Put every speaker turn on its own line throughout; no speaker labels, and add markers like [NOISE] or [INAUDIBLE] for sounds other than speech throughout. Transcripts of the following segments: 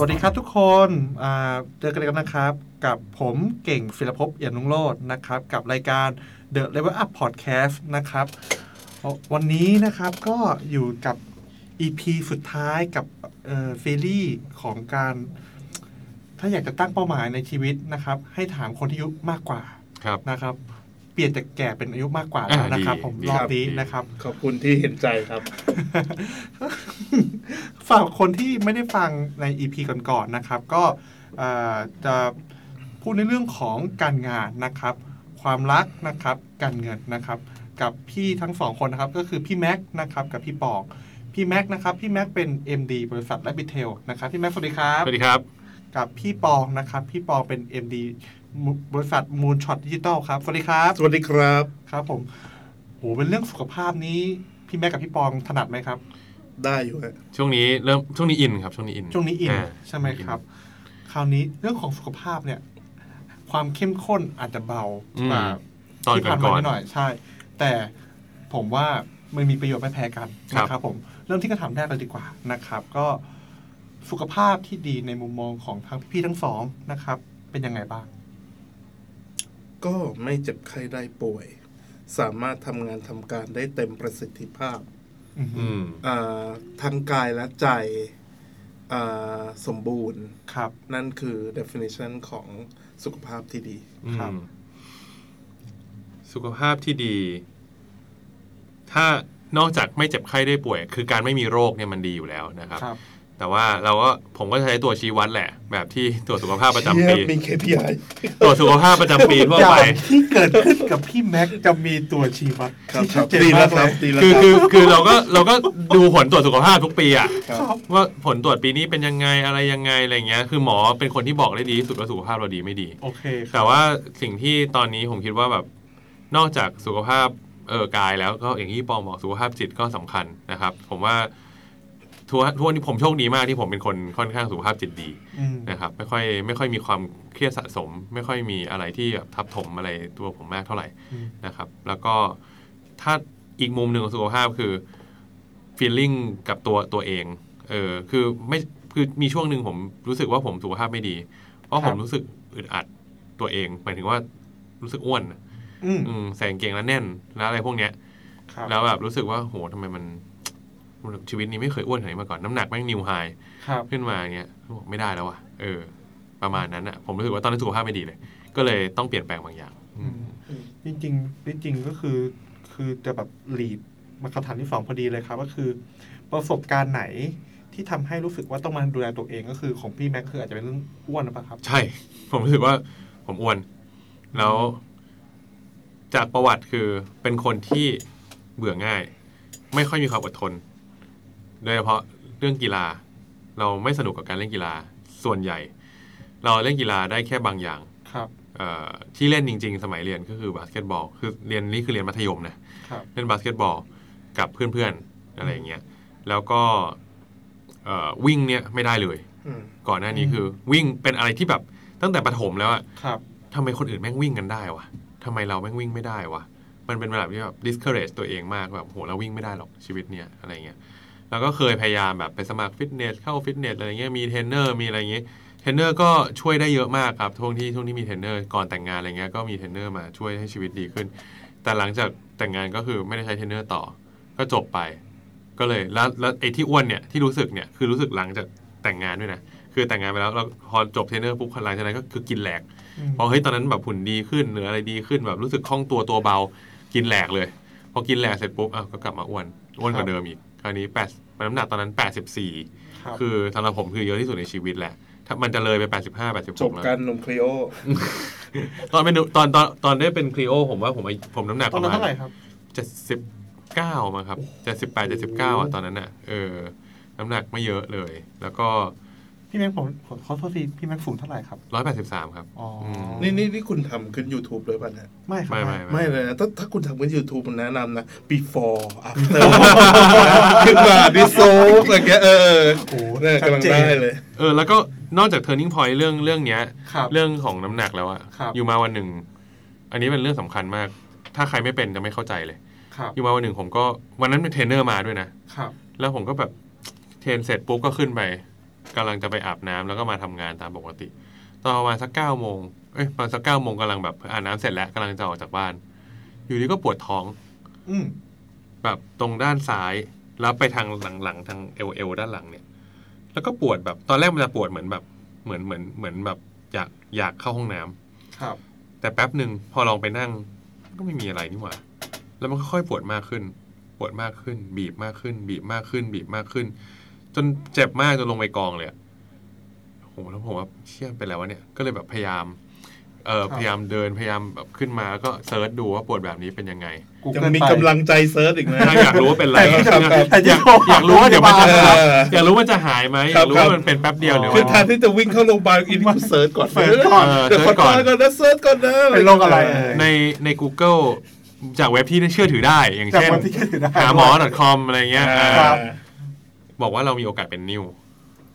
วัสดีครับทุกคนอ่าเจอกันอีกแล้วนะครับ กับผมเก่งฟิลภพเอี่ยมนุ่งโลดนะครับ กับรายการ The Level Up Podcast นะครับ วันนี้นะครับก็อยู่กับ EP สุดท้ายกับเอ่อซีรีส์ของการ ถ้าอยากจะตั้งเป้าหมายในชีวิตนะครับ ให้ถามคนที่อายุมากกว่า
ครับ
นะครับ เปลี่ยนจากแก่เป็นอายุมากกว่าแล้ว
อ่า
นะครับ
ดี
ผม
ดี
รอ
ครับ บ
นี้
ดี
นะครับ
ขอบคุณที่เห็นใจครับ
[LAUGHS] ฝากคนที่ไม่ได้ฟังใน EP ก่อนๆนะครับ ก็เอ่อจะพูดในเรื่องของการงานนะครับ ความรักนะครับการเงินนะครับ กับพี่ทั้งสองคนนะครับ ก็คือพี่แม็กซ์นะครับกับพี่ปอกพี่แม็กซ์นะครับพี่แม็กซ์เป็น MD บริษัทและบิเทลนะครับพี่แม็กซ์สวัสดีครับ
สวัสดีครับ
กับพี่ปองนะครับ พี่ปองเป็น MD บริษัทมูลช็อตดิจิตอลครับสวัสดีครับ
สวัสดีครับ
ครับผมโหเป็นเรื่องสุขภาพนี้พี่แม็กซ์กับพี่ปองถนัดไหมครับ
ได้อยู่ฮะ
ช่วงนี้เริ่มช่วงนี้อินครับช่วงนี้อิน
ช่วงนี้อินา ใช่ไหมครับ คราวนี้เรื่องของสุขภาพเนี่ย ความเข้มข้นอาจจะเบา
อืม
กว่า
ตอน
ที่
ก่อ
ผ่าน น
ก่
มา
อน
นิดหน่อยใช่ แต่ผมว่ามันมีประโยชน์ไม่แพ้กัน
ครับ
นะครับ ผมเริ่มที่คำถามแรกเลยดีกว่านะครับ ก็สุขภาพที่ดีในมุมมองของทั้งพี่ๆทั้งสองนะครับ เป็นยังไงบ้าง
ก็ไม่เจ็บไข้ได้ป่วย สามารถทำงานทำการได้เต็มประสิทธิภาพ
อือฮึ
อืม
อ่าทั้งกายและใจอ่าสมบูรณ์
ครับ
นั่นคือ definition ของสุขภาพที่ดี
ครับ
อืมสุขภาพที่ดี ถ้านอกจากไม่เจ็บไข้ได้ป่วย คือการไม่มีโรคเนี่ยมันดีอยู่แล้วนะครับ
ครับ
แต่ว่าเราก็ผมก็ใช้ตัวชี้วัดแหละ แบบที่ [LAUGHS] ตรวจสุขภาพประจำปี
เชี่ยมี KPI
ตรวจสุขภาพประจำปีทั่วไป
ที่เกิดขึ้นกับพี่แม็กซ์จะมีตัวชี้วัด
ครับ
ที่
ค
ชั
รั
ด
บ
เจน
ดีแล้
มาว ก
ค
เล
รับ
ย
ดีแล้ว
คือ
รับ
คือคือเราก็เราก็ดูผลตรวจสุขภาพทุกปีอะ
ครับ
ครับ
ว่าผลตรวจปีนี้เป็นยังไงอะไรยังไงอะไรเงี้ย คือหมอเป็นคนที่บอกได้ดีที่สุดว่าสุขภาพเราดีไม่ดี
โอเคครับ
แต่ว่าสิ่งที่ตอนนี้ผมคิดว่าแบบนอกจากสุขภาพเออกายแล้วก็อย่างที่ปองบอกสุขภาพจิตก็สำคัญนะครับ ผมว่าทั่วทั่วนี้ผมโชคดีมากที่ผมเป็นคนค่อนข้างสุขภาพจิตดี
อืม
นะครับ ไม่ค่อยไม่ค่อยมีความเครียดสะสม ไม่ค่อยมีอะไรที่แบบทับถมอะไรตัวผมมากเท่าไหร่
อืม
นะครับ แล้วก็ถ้าอีกมุมหนึ่งของสุขภาพคือ feeling กับตัวตัวเองเออคือไม่คือมีช่วงหนึ่งผมรู้สึกว่าผมสุขภาพไม่ดี เพราะผมรู้สึกอึดอัด ตัวเองหมายถึงว่ารู้สึกอ้วนอะ
อืม
อืมใส่กางเกงแล้วแน่น แล้วอะไรพวกเนี้ย
ครับ
แล้วแบบรู้สึกว่าโหทำไมมัน ชีวิตนี้ไม่เคยอ้วนขนาดนี้มาก่อนน้ำหนักแม่งนิวไฮ
ครับ
ขึ้นมาอย่างเงี้ยบอกไม่ได้แล้วว่ะเออ ประมาณนั้นอะผมรู้สึกว่าตอนนั้นสุขภาพไม่ดีเลย ก็เลยต้องเปลี่ยนแปลงบางอย่าง อืม
จริงจริงๆจริงๆก็คือคือจะแบบหลีดมาคำถามที่สองพอดีเลยครับ ก็คือ ประสบการณ์ไหนที่ทำให้รู้สึกว่าต้องมาดูแลตัวเองก็คือของพี่แม็กคืออาจจะเป็นเรื่องอ้วนหรือเปล่าครับ
ใช่ [LAUGHS] ผมรู้สึกว่าผมอ้วน แล้ว จากประวัติคือเป็นคนที่เบื่อง่าย ไม่ค่อยมีความอดทน โดยเฉพาะเรื่องกีฬา เราไม่สนุกกับการเล่นกีฬาส่วนใหญ่ เราเล่นกีฬาได้แค่บางอย่าง
ครับ
เอ่อที่เล่นจริง ๆ สมัยเรียนก็คือบาสเกตบอลคือเรียนนี่คือเรียนมัธยมนะ
ครับ
เล่นบาสเกตบอลกับเพื่อนๆอะไรอย่างเงี้ยแล้วก็เอ่อวิ่งเนี่ยไม่ได้เลย
อืม
ก่อนหน้านี้
อืม
คือวิ่งเป็นอะไรที่แบบตั้งแต่ประถมแล้วอะ
ครับ
ทำไมคนอื่นแม่งวิ่งกันได้วะทำไมเราแม่งวิ่งไม่ได้วะมันเป็นแบบที่แบบ discourage ตัวเองมากแบบโหเราวิ่งไม่ได้หรอกชีวิตเนี่ยอะไรเงี้ยแล้วก็เคยพยายามแบบไปสมัครฟิตเนสเข้าฟิตเนสอะไรเงี้ยมีเทรนเนอร์มีอะไรเงี้ยเทรนเนอร์ก็ช่วยได้เยอะมากครับช่วงที่ช่วงที่มีเทรนเนอร์ก่อนแต่งงานอะไรเงี้ยก็มีเทรนเนอร์มาช่วยให้ชีวิตดีขึ้น แต่หลังจากแต่งงานก็คือไม่ได้ใช้เทรนเนอร์ต่อ ก็จบไป ก็เลยแล้วแล้วไอ้ที่อ้วนเนี่ยที่รู้สึกเนี่ยคือรู้สึกหลังจากแต่งงานด้วยนะ คือแต่งงานไปแล้วเราพอจบเทรนเนอร์ปุ๊บหลังจากนั้นก็คือกินแหลก
อืม
พอเฮ้ยตอนนั้นแบบหุ่นดีขึ้นหรืออะไรดีขึ้นแบบรู้สึกคล่องตัวตัวเบา กินแหลกเลย พอกินแหลกเสร็จปุ๊บอ้าวก็กลับมาอ้วนอ้วนกว่าเดิมอีกคราวนี้แปดน้ำหนักตอนนั้น 84
ครับ
คือสำหรับผมคือเยอะที่สุดในชีวิตแหละ ถ้ามันจะเลยไป 85
จบ
86แล้ว
การนมคลีโอ
ตอนเป็นตอนตอนตอนได้เป็นคลีโอผมว่าผมผมน้ำหนัก
ต
ป
อน
ระ
นั้น
มาณ
เท่าไหร่ครับ
เจ็ดสิบเก้ามาครับเจ็ดสิบแปดเจ็ดสิบเก้าอ่ะตอนนั้นอ่ะเออ น้ำหนักไม่เยอะเลย แล้วก็
พี่แม็กผมขอขอโทษทีพี่แม็กสูงเท่าไหร่ครับ
ร้อยแปดสิบสามครับ
อ๋ออ
ม
นี่นี่นี่คุณทำขึ้น YouTube ด้วยป่ะเนี่ย
ไม่ครับ
ไม่ไม่
ไม่เลยนะถ้าถ้าคุณทำเป็น YouTube ผมแนะนำนะ before after
[LAUGHS]
ขึ้นมา ดิโซกอะไรเงี้ยเออ
โอ้โห
เนี่ยกำลัง
ชั
ได้
เจน
เลย
เออ แล้วก็นอกจาก turning point เรื่องเรื่องเนี้ย
ครับ
เรื่องของน้ำหนักแล้วอะ
ครับ
อยู่มาวันหนึ่ง อันนี้เป็นเรื่องสำคัญมาก ถ้าใครไม่เป็นจะไม่เข้าใจเลย
ครับ
อยู่มาวันหนึ่งผมก็วันนั้นเป็นเทรนเนอร์มาด้วยนะ
ครับ
แล้วผมก็แบบเทรนเสร็จปุ๊บก็ขึ้นไป กำลังจะไปอาบน้ำแล้วก็มาทำงานตามปกติ ตอนประมาณสักเก้าโมงเอ้ยประมาณสักเก้าโมงกำลังแบบอาบน้ำเสร็จแล้วกำลังจะออกจากบ้าน อยู่ดีก็ปวดท้อง
อืม
แบบตรงด้านซ้าย แล้วไปทางหลังๆทางเอวเอวด้านหลังเนี่ย แล้วก็ปวดแบบตอนแรกมันจะปวดเหมือนแบบเหมือนเหมือนเหมือนแบบอยากอยากเข้าห้องน้ำ
ครับ
แต่แป๊บหนึ่งพอลองไปนั่ง ก็ไม่มีอะไรนี่หว่า แล้วมันก็ค่อยๆปวดมากขึ้น ปวดมากขึ้น บีบมากขึ้น บีบมากขึ้น บีบมากขึ้น จนเจ็บมากจนลงไปกองเลยอะโอ้โหแล้วผมว่าเชี่ยเป็นไรวะเนี่ยก็เลยแบบพยายามเออพยายามเดินพยายามแบบขึ้นมาแล้วก็เซิร์ชดูว่าปวดแบบนี้เป็นยังไง
กู
ยัง
เกิน
มี
ไป
กำลังใจเซิร์ชอีกนะ
ถ้าอยากรู้ว่าเป็นอะไร
แต่ที่
ก็
ทำ
อยากอ
แบบ
ยากรู้ว่าเดี๋ยวมันจะ
เอ
อยากรู้ว่าจะหายไหมอยากรู้ว่ามันเป็นแป๊บเดียวหรือ
คื
ว่า
อแทนที่จะวิ่งเข้าโรงพยาบาลอินวิ่งเซิร์ชก่อน
เสิร์ชก่อน
เดี๋ยวขอตายก่อนนะเซิร์ชก่อนนะ
เป็นโรคอะไรเอ่ย
ในใน Google จากเว็บที่เชื่อถือได้ อย่าง
จาก
เช่น
วันที่แค่ถึงได้
หาหมอ .com อะไรเงี้ย
อ่า
เออ
ครับ
บอกว่าเรามีโอกาสเป็นนิ่ว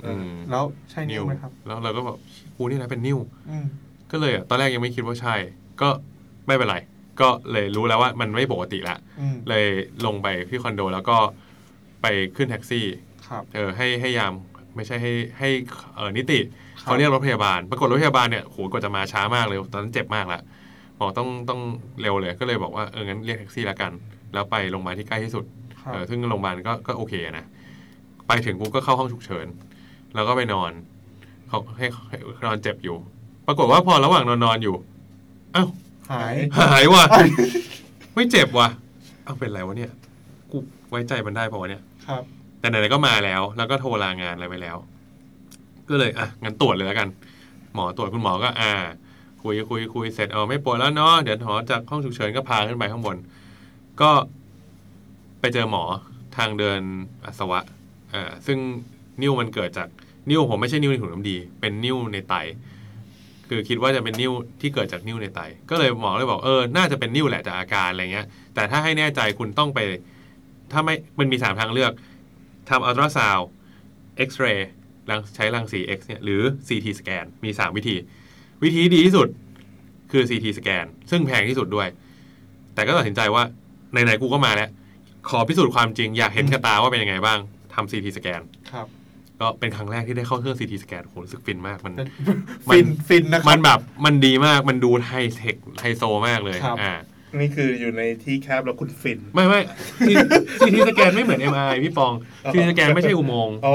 เอออื
ม
แล้วใช่นิ้วไหมครับ
แล้วเราก็แบบกูนี่นะเป็นนิ่ว
อืม
ก็เลยอะตอนแรกยังไม่คิดว่าใช่ ก็ไม่เป็นไร ก็เลยรู้แล้วว่ามันไม่ปกติละ
อืม
เลยลงไปที่คอนโดแล้วก็ไปขึ้นแท็กซี่
ครับ
เออให้ให้ยามไม่ใช่ให้ให้เออนิติ
ครับ
เขาเรียกรถพยาบาล ปรากฏรถพยาบาลเนี่ยโหกว่าจะมาช้ามากเลยตอนนั้นเจ็บมากละหมอต้องต้องเร็วเลยก็เลยบอกว่าเอองั้นเรียกแท็กซี่ละกัน แล้วไปโรงพยาบาลที่ใกล้ที่สุด
ครั
เออบ ซึ่งโรงพยาบาลก็ก็โอเคนะไปถึงปุ๊บก็เข้าห้องฉุกเฉิน แล้วก็ไปนอนเขาให้ให้นอนเจ็บอยู่ ปรากฏว่าพอระหว่างนอนนอนอยู่อ้าว
หาย
หาย
[LAUGHS]
ว่ะ ไม่เจ็บว่ะอ้าวเป็นไรวะเนี่ยกูไว้ใจมันได้ปะวะเนี่ย
ครับ
แต่ไหนๆก็มาแล้ว แล้วก็โทรลางานอะไรไปแล้ว ก็เลยอ่ะงั้นตรวจเลยแล้วกัน หมอตรวจคุณหมอก็อ่า คุยคุยคุยเสร็จเออไม่ปวดแล้วเนาะเดี๋ยวหมอจากห้องฉุกเฉินก็พาขึ้นไปข้างบน ก็ไปเจอหมอทางเดินอัสวะอ่าซึ่งนิ้วมันเกิดจากนิ้วผมไม่ใช่นิ้วในถุงน้ำดี เป็นนิ้วในไต คือคิดว่าจะเป็นนิ้วที่เกิดจากนิ้วในไต ก็เลยหมอเลยบอกเออน่าจะเป็นนิ้วแหละจากอาการอะไรเงี้ย แต่ถ้าให้แน่ใจคุณต้องไป ถ้าไม่มันมีสามทางเลือกทำอัลตราซาวเอ็กซเรย์ใช้รังสี X เนี่ยหรือ CT สแกนมีสามวิธี วิธีที่ดีที่สุดคือ CT สแกนซึ่งแพงที่สุดด้วย แต่ก็ตัดสินใจว่าไหนๆกูก็มาแล้ว ขอพิสูจน์ความจริงอยากเห็นกระตาว่าเป็นยังไงบ้างทำ CT สแกน
ครับ
ก็เป็นครั้งแรกที่ได้เข้าเครื่อง CT สแกนโหรู้สึกฟินมากมัน
เป็น
มัน
ฟิน ฟินนะครั
มั
บ
นแบบมันดีมากมันดูไฮเทคไฮโซมากเลย
ครับ
อ่า
นี่คืออยู่ในที่แคบแล้วคุณฟิน
ไม่ไม่ซีทีสแกนไม่เหมือน MRI พี่ปอง
อ๋อ
ซีทีสแกนไม่ใช่อุโมงค์
โอ้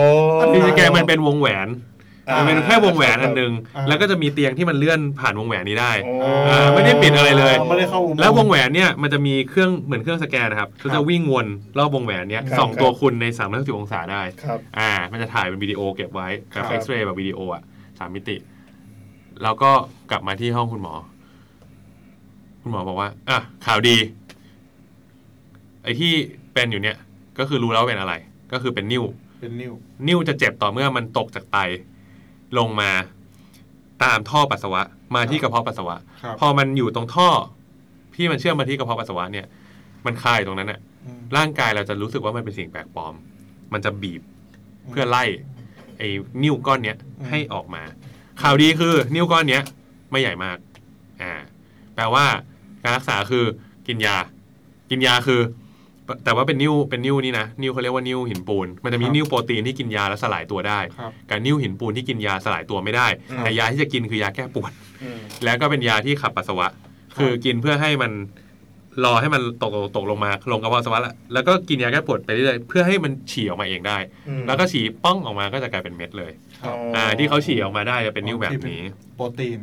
ซีทีสแกนมันเป็นวงแหวน
อ่า
มันเป็นแค่วงแหวนอันหนึ่ง
อ่า
แล้วก็จะมีเตียงที่มันเลื่อนผ่านวงแหวนนี้ได้
โอ้
อ่าไม่ได้ปิดอะไรเลย
ไม่ได้เข้าอุโมงค์
แล้ววงแหวนเนี่ยมันจะมีเครื่องเหมือนเครื่องสแกนนะครับก็จะวิ่งวนรอบวงแหวนเนี่ย
ครับ
สองตัวคุณใน3ามร้อยสิบองศาได้
ครับ
อ่า มันจะถ่ายเป็นวิดีโอเก็บไว้แบบ
ครับ
เอ็กซเรย์แบบวิดีโออ่ะสามมิติ แล้วก็กลับมาที่ห้องคุณหมอ คุณหมอบอกว่า อ่ะ ข่าวดี ไอ้ที่เป็นอยู่เนี่ย ก็คือรู้แล้ววาเป็นอะไร ก็คือเป็นนิ่ว
เป็นนิ้ว
นิ่วจะเจ็บต่อเมื่อมันตกจากไต ลงมาตามท่อปัสสาวะ มาที่
ครั
ก
บ
ระเพาะปัสสาวะ
ครับ
พอมันอยู่ตรงท่อที่มันเชื่อมมาที่กระเพาะปัสสาวะเนี่ย มันคายตรงนั้นอะ
อืม
ร่างกายเราจะรู้สึกว่ามันเป็นสิ่งแปลกปลอม มันจะบีบ เพื่อไล่ไอ้นิ้วก้อนเนี้ยให้ออกมา ข่าวดีคือนิ้วก้อนเนี้ยไม่ใหญ่มาก อ่า แปลว่าการรักษาคือกินยา กินยาคือ แต่ว่าเป็นนิ้วเป็นนิ้วนี่นะนิ้วเขาเรียกว่านิ้วหินปูน มันจะมีนิ้วโปรตีนที่กินยาแล้วสลายตัวได้
ครับ
กับนิ้วหินปูนที่กินยาสลายตัวไม่ได้
ครับ
แต่ยาที่จะกินคือยาแก้ปวด
อืม
แล้วก็เป็นยาที่ขับปัสสาวะ
ครับ
คือกินเพื่อให้มันรอให้มันตกตกลงมาลงกระเพาะปัสสาวะแล้วแล้วก็กินยาแก้ปวดไปเรื่อยๆเพื่อให้มันฉี่ออกมาเองได้
อืม
แล้วก็ฉี่ป้องออกมาก็จะกลายเป็นเม็ดเลย
ครับ
อ่าที่เขาฉี่ออกมาได้จะเป็นนิ้วแบบนี้
โปรตีน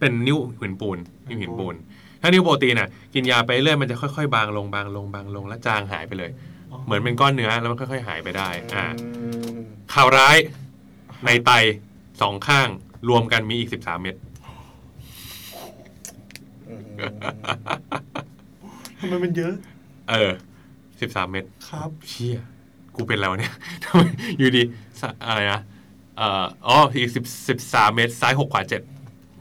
เป็นนิ้วหินปูน นิ้วหินปูน ถ้านิ้วโปรตีนอ่ะ กินยาไปเรื่อยมันจะค่อยๆ บางลงบางลงบางลงแล้วจางหายไปเลย เหมือนเป็นก้อนเนื้อแล้วมันค่อยๆ หายไปได้ อ่า
ม
ข่าวร้ายในไตสองข้างรวมกันมีอีกสิบสามเม็ด
อืม
ทำไมมันเยอะ
เออสิบสามเม็ด
ครับ
เชี่ยกูเป็นแล้วะเนี่ย [LAUGHS] ทำไมอยู่ดีสะอะไรนะเอ่ออ๋ออีกสิบสิบสามเม็ดซ้ายหกขวาเจ็ด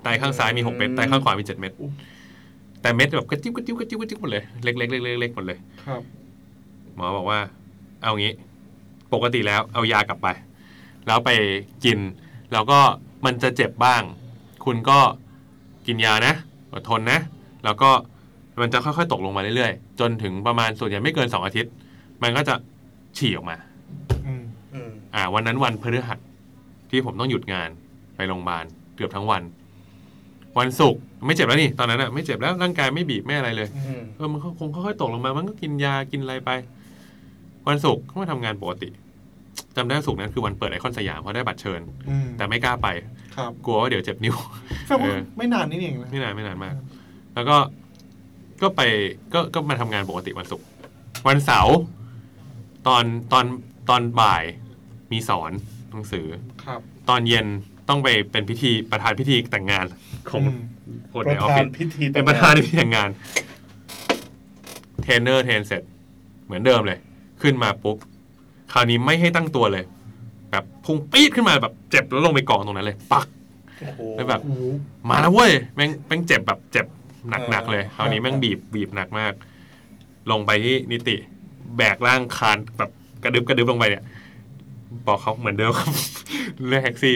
ไตข้างซ้ายมีหกเม็ดไตข้างขวามีเจ็ดเม็ดแต่เม็ดแบบกระจิ้วกระจิ้วกระจิ้วกระจิ้วหมดเลยเล็กๆเล็กๆเล็กๆหมดเลย
ครับ
หมอบอกว่า เอางี้ ปกติแล้วเอายากลับไป แล้วไปกิน แล้วก็มันจะเจ็บบ้าง คุณก็กินยานะอดทนนะ แล้วก็มันจะค่อยๆตกลงมาเรื่อยๆ จนถึงประมาณส่วนใหญ่ไม่เกินสองอาทิตย์ มันก็จะฉี่ออกมา
อืม
อืม
อ่า วันนั้นวันพฤหัส ที่ผมต้องหยุดงานไปโรงพยาบาลเกือบทั้งวัน วันศุกร์ไม่เจ็บแล้วนี่ตอนนั้นอะไม่เจ็บแล้วร่างกายไม่บีบไม่อะไรเลย
อืม
เออมันก็คงค่อยๆตกลงมา มันก็กินยากินอะไรไป วันศุกร์ก็มาทำงานปกติจำได้ว่าศุกร์นั้นคือวันเปิดไอคอนสยามเพราะได้บัตรเชิญ
อืม
แต่ไม่กล้าไป
ครับ
กลัวว่าเดี๋ยวเจ็บนิ้ว [LAUGHS]
แฟนผมไม่นานนี่เองนะ
ไม่นานไม่นานมาก แล้วก็ก็ไปก็ก็มาทำงานปกติวันศุกร์วันเสาร์ตอนตอนตอนบ่ายมีสอนหนังสือ
ครับ
ตอนเย็นต้องไปเป็นพิธีประธานพิธีแต่งงานของ
ม
คน
ป
ใน
ระ
ออฟ
ธา
ฟิ
น
ศ
พิธี
เป็นประธานในที่แต่ง [LAUGHS] งาน เทรนเนอร์เทรนเสร็จ เหมือนเดิมเลย ขึ้นมาปุ๊บ คราวนี้ไม่ให้ตั้งตัวเลย แบบพุ่งปี๊ดขึ้นมาแบบเจ็บแล้วลงไปกองตรงนั้นเลย ปัก
โอ้โห
แล้วแบบ
โอ้โห
มาแล้วเว้ยแม่งแม่งเจ็บแบบเจ็บหนักๆเลย
เออ
คราวนี้แม่งบีบบีบหนักมาก ลงไปที่นิติ แบกร่างคานแบบกระดึบกระดึบลงไปเนี่ย บอกเขาเหมือนเดิมครับ [LAUGHS] เรียกแท็กซี่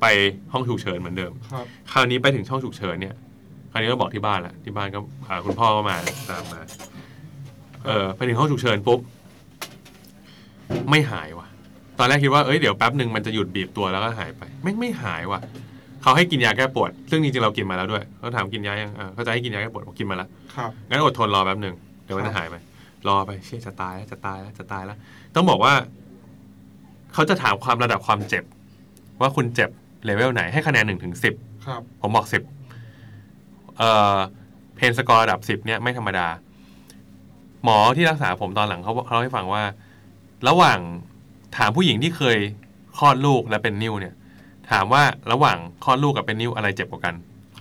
ไปห้องฉุกเฉินเหมือนเดิม
ครับ
คราวนี้ไปถึงช่องฉุกเฉินเนี่ย คราวนี้ก็บอกที่บ้านละที่บ้านก็อ่าคุณพ่อก็มาตามมา เออไปถึงห้องฉุกเฉินปุ๊บไม่หายว่ะ ตอนแรกคิดว่าเอ้ยเดี๋ยวแป๊บหนึ่งมันจะหยุดบีบตัวแล้วก็หายไปแม่งไม่หายว่ะเขาให้กินยาแก้ปวด ซึ่งจริงๆเรากินมาแล้วด้วยเขาถามกินยายังเออเขาจะให้กินยาแก้ปวดบอกกินมาแล้ว
ครับ
งั้นอดทนรอแป๊บหนึ่งเดี๋ยวมันจะหายไหมรอไปเชี่ยจะตายแล้วจะตายแล้วจะตายแล้ว ต้องบอกว่า เขาจะถามความระดับความเจ็บ ว่าคุณเจ็บเลเวลไหนให้คะแนนหนึ่งถึงสิบ
ครับ
ผมบอกสิบเอ่อ เพนสกอร์ระดับสิบเนี่ยไม่ธรรมดา หมอที่รักษาผมตอนหลังเขาเขาให้ฟังว่า ระหว่างถามผู้หญิงที่เคยคลอดลูกและเป็นนิ้วเนี่ย ถามว่าระหว่างคลอดลูกกับเป็นนิ้วอะไรเจ็บกว่ากัน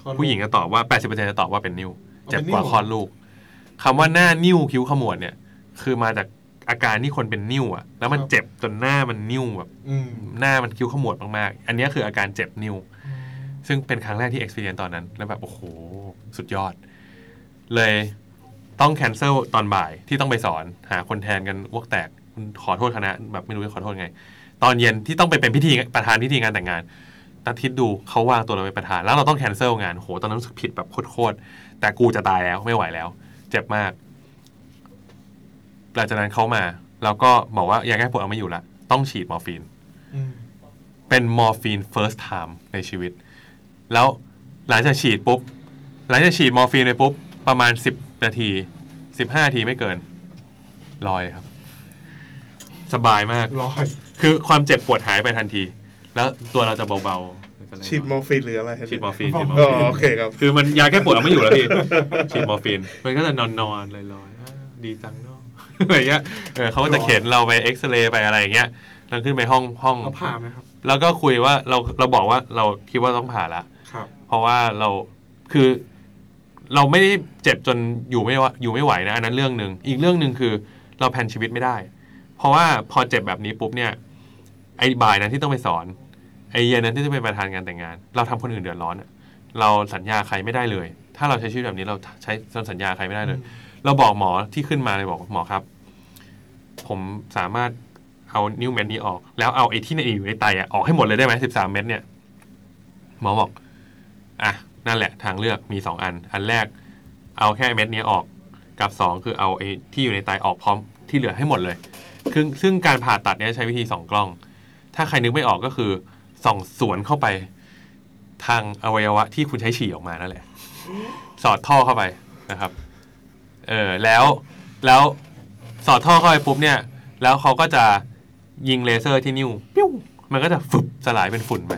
ก็รู้
ผู้หญิงจะตอบว่า 80%จะตอบว่าเป็นนิ้ว
เอาเป็น
เจ็บกว่า
นิ้ว
คลอดลูกคำว่าหน้านิ้วคิ้วขมวดเนี่ย คือมาจากอาการที่คนเป็นนิ้วอะแล้วมันเจ็บจนหน้ามันนิ้วแบบ
อืม
หน้ามันคิ้วขมวดมากๆ อันเนี้ยคืออาการเจ็บนิ้ว ซึ่งเป็นครั้งแรกที่ experience ตอนนั้น แล้วแบบ โอ้โห สุดยอด เลยต้อง cancel ตอนบ่ายที่ต้องไปสอน หาคนแทนกันอ้วกแตก ขอโทษคณะ แบบไม่รู้จะขอโทษไง ตอนเย็นที่ต้องไปเป็นพิธีประธานพิธีงานแต่งงานตัดทิศดูเขาวางตัวเราเป็นประธาน แล้วเราต้อง cancel งานโหตอนนั้นรู้สึกผิดแบบโคตรๆแต่กูจะตายแล้วไม่ไหวแล้ว เจ็บมาก หลังจากนั้นเขามา แล้วก็บอกว่ายาแก้ปวดเอาไม่อยู่ละต้องฉีดมอร์ฟีน
อืม
เป็นมอร์ฟีน first time ในชีวิต แล้วหลังจากฉีดปุ๊บ หลังจากฉีดมอร์ฟีนไปปุ๊บ ประมาณ 10 นาที 15 นาทีไม่เกิน ลอยครับ สบายมาก
ลอย
คือความเจ็บปวดหายไปทันที แล้วตัวเราจะเบาๆ
ฉีดมอร์ฟีนหรืออะไร
ฉีดมอร์ฟีนฉีดมอ
อ๋
ร์
อ
ฟีน
โอเคครับ
คือมันยาแก้ปวดเอาไม่อยู่แล้วพี่ ฉีดมอร์ฟีน มันก็จะนอนนอนๆลอยๆอ่าดีจังเนาะ อะไรเงี้ยเออเขาก็จะเข็นเราไปเอ็กซเรย์ไปอะไรอย่างเงี้ยแล้วขึ้นไปห้องห้อง
เอาผ่าไหมครับ
แล้วก็คุยว่าเราเราบอกว่าเราคิดว่าต้องผ่าละ
ครับ
เพราะว่าเราคือเราไม่ได้เจ็บจนอยู่ไม่ว่าอยู่ไม่ไหวนะอันนั้นเรื่องหนึ่งอีกเรื่องหนึ่งคือเราแพลนชีวิตไม่ได้ เพราะว่าพอเจ็บแบบนี้ปุ๊บเนี่ย ไอ้บ่ายนั้นที่ต้องไปสอน ไอ้เย็นนั้นที่จะเป็นประธานงานแต่งงาน เราทำคนอื่นเดือดร้อนอะเราสัญญาใครไม่ได้เลย ถ้าเราใช้ชีวิตแบบนี้เราใช้สัญญาใครไม่ได้เลย เราบอกหมอที่ขึ้นมาเลยบอกหมอครับ ผมสามารถเอานิ้วเม็ดนี้ออก แล้วเอาไอ้ที่ในอยู่ในไตอะออกให้หมดเลยได้ไหมสิบสามเม็ดเนี่ย หมอบอก อ่ะ นั่นแหละทางเลือกมีสองอัน อันแรก เอาแค่เม็ดนี้ออกกับสองคือเอาไอ้ที่อยู่ในไตออกพร้อมที่เหลือให้หมดเลยซึ่งซึ่งการผ่าตัดเนี่ยใช้วิธีสองกล้อง ถ้าใครนึกไม่ออกก็คือส่องสวนเข้าไป ทางอวัยวะที่คุณใช้ฉี่ออกมานั่นแหละ สอดท่อเข้าไปนะครับ เออแล้วแล้วสอดท่อเข้าไปปุ๊บเนี่ย แล้วเขาก็จะยิงเลเซอร์ที่นิ้วปิ้วมันก็จะฝึบสลายเป็นฝุ่นไป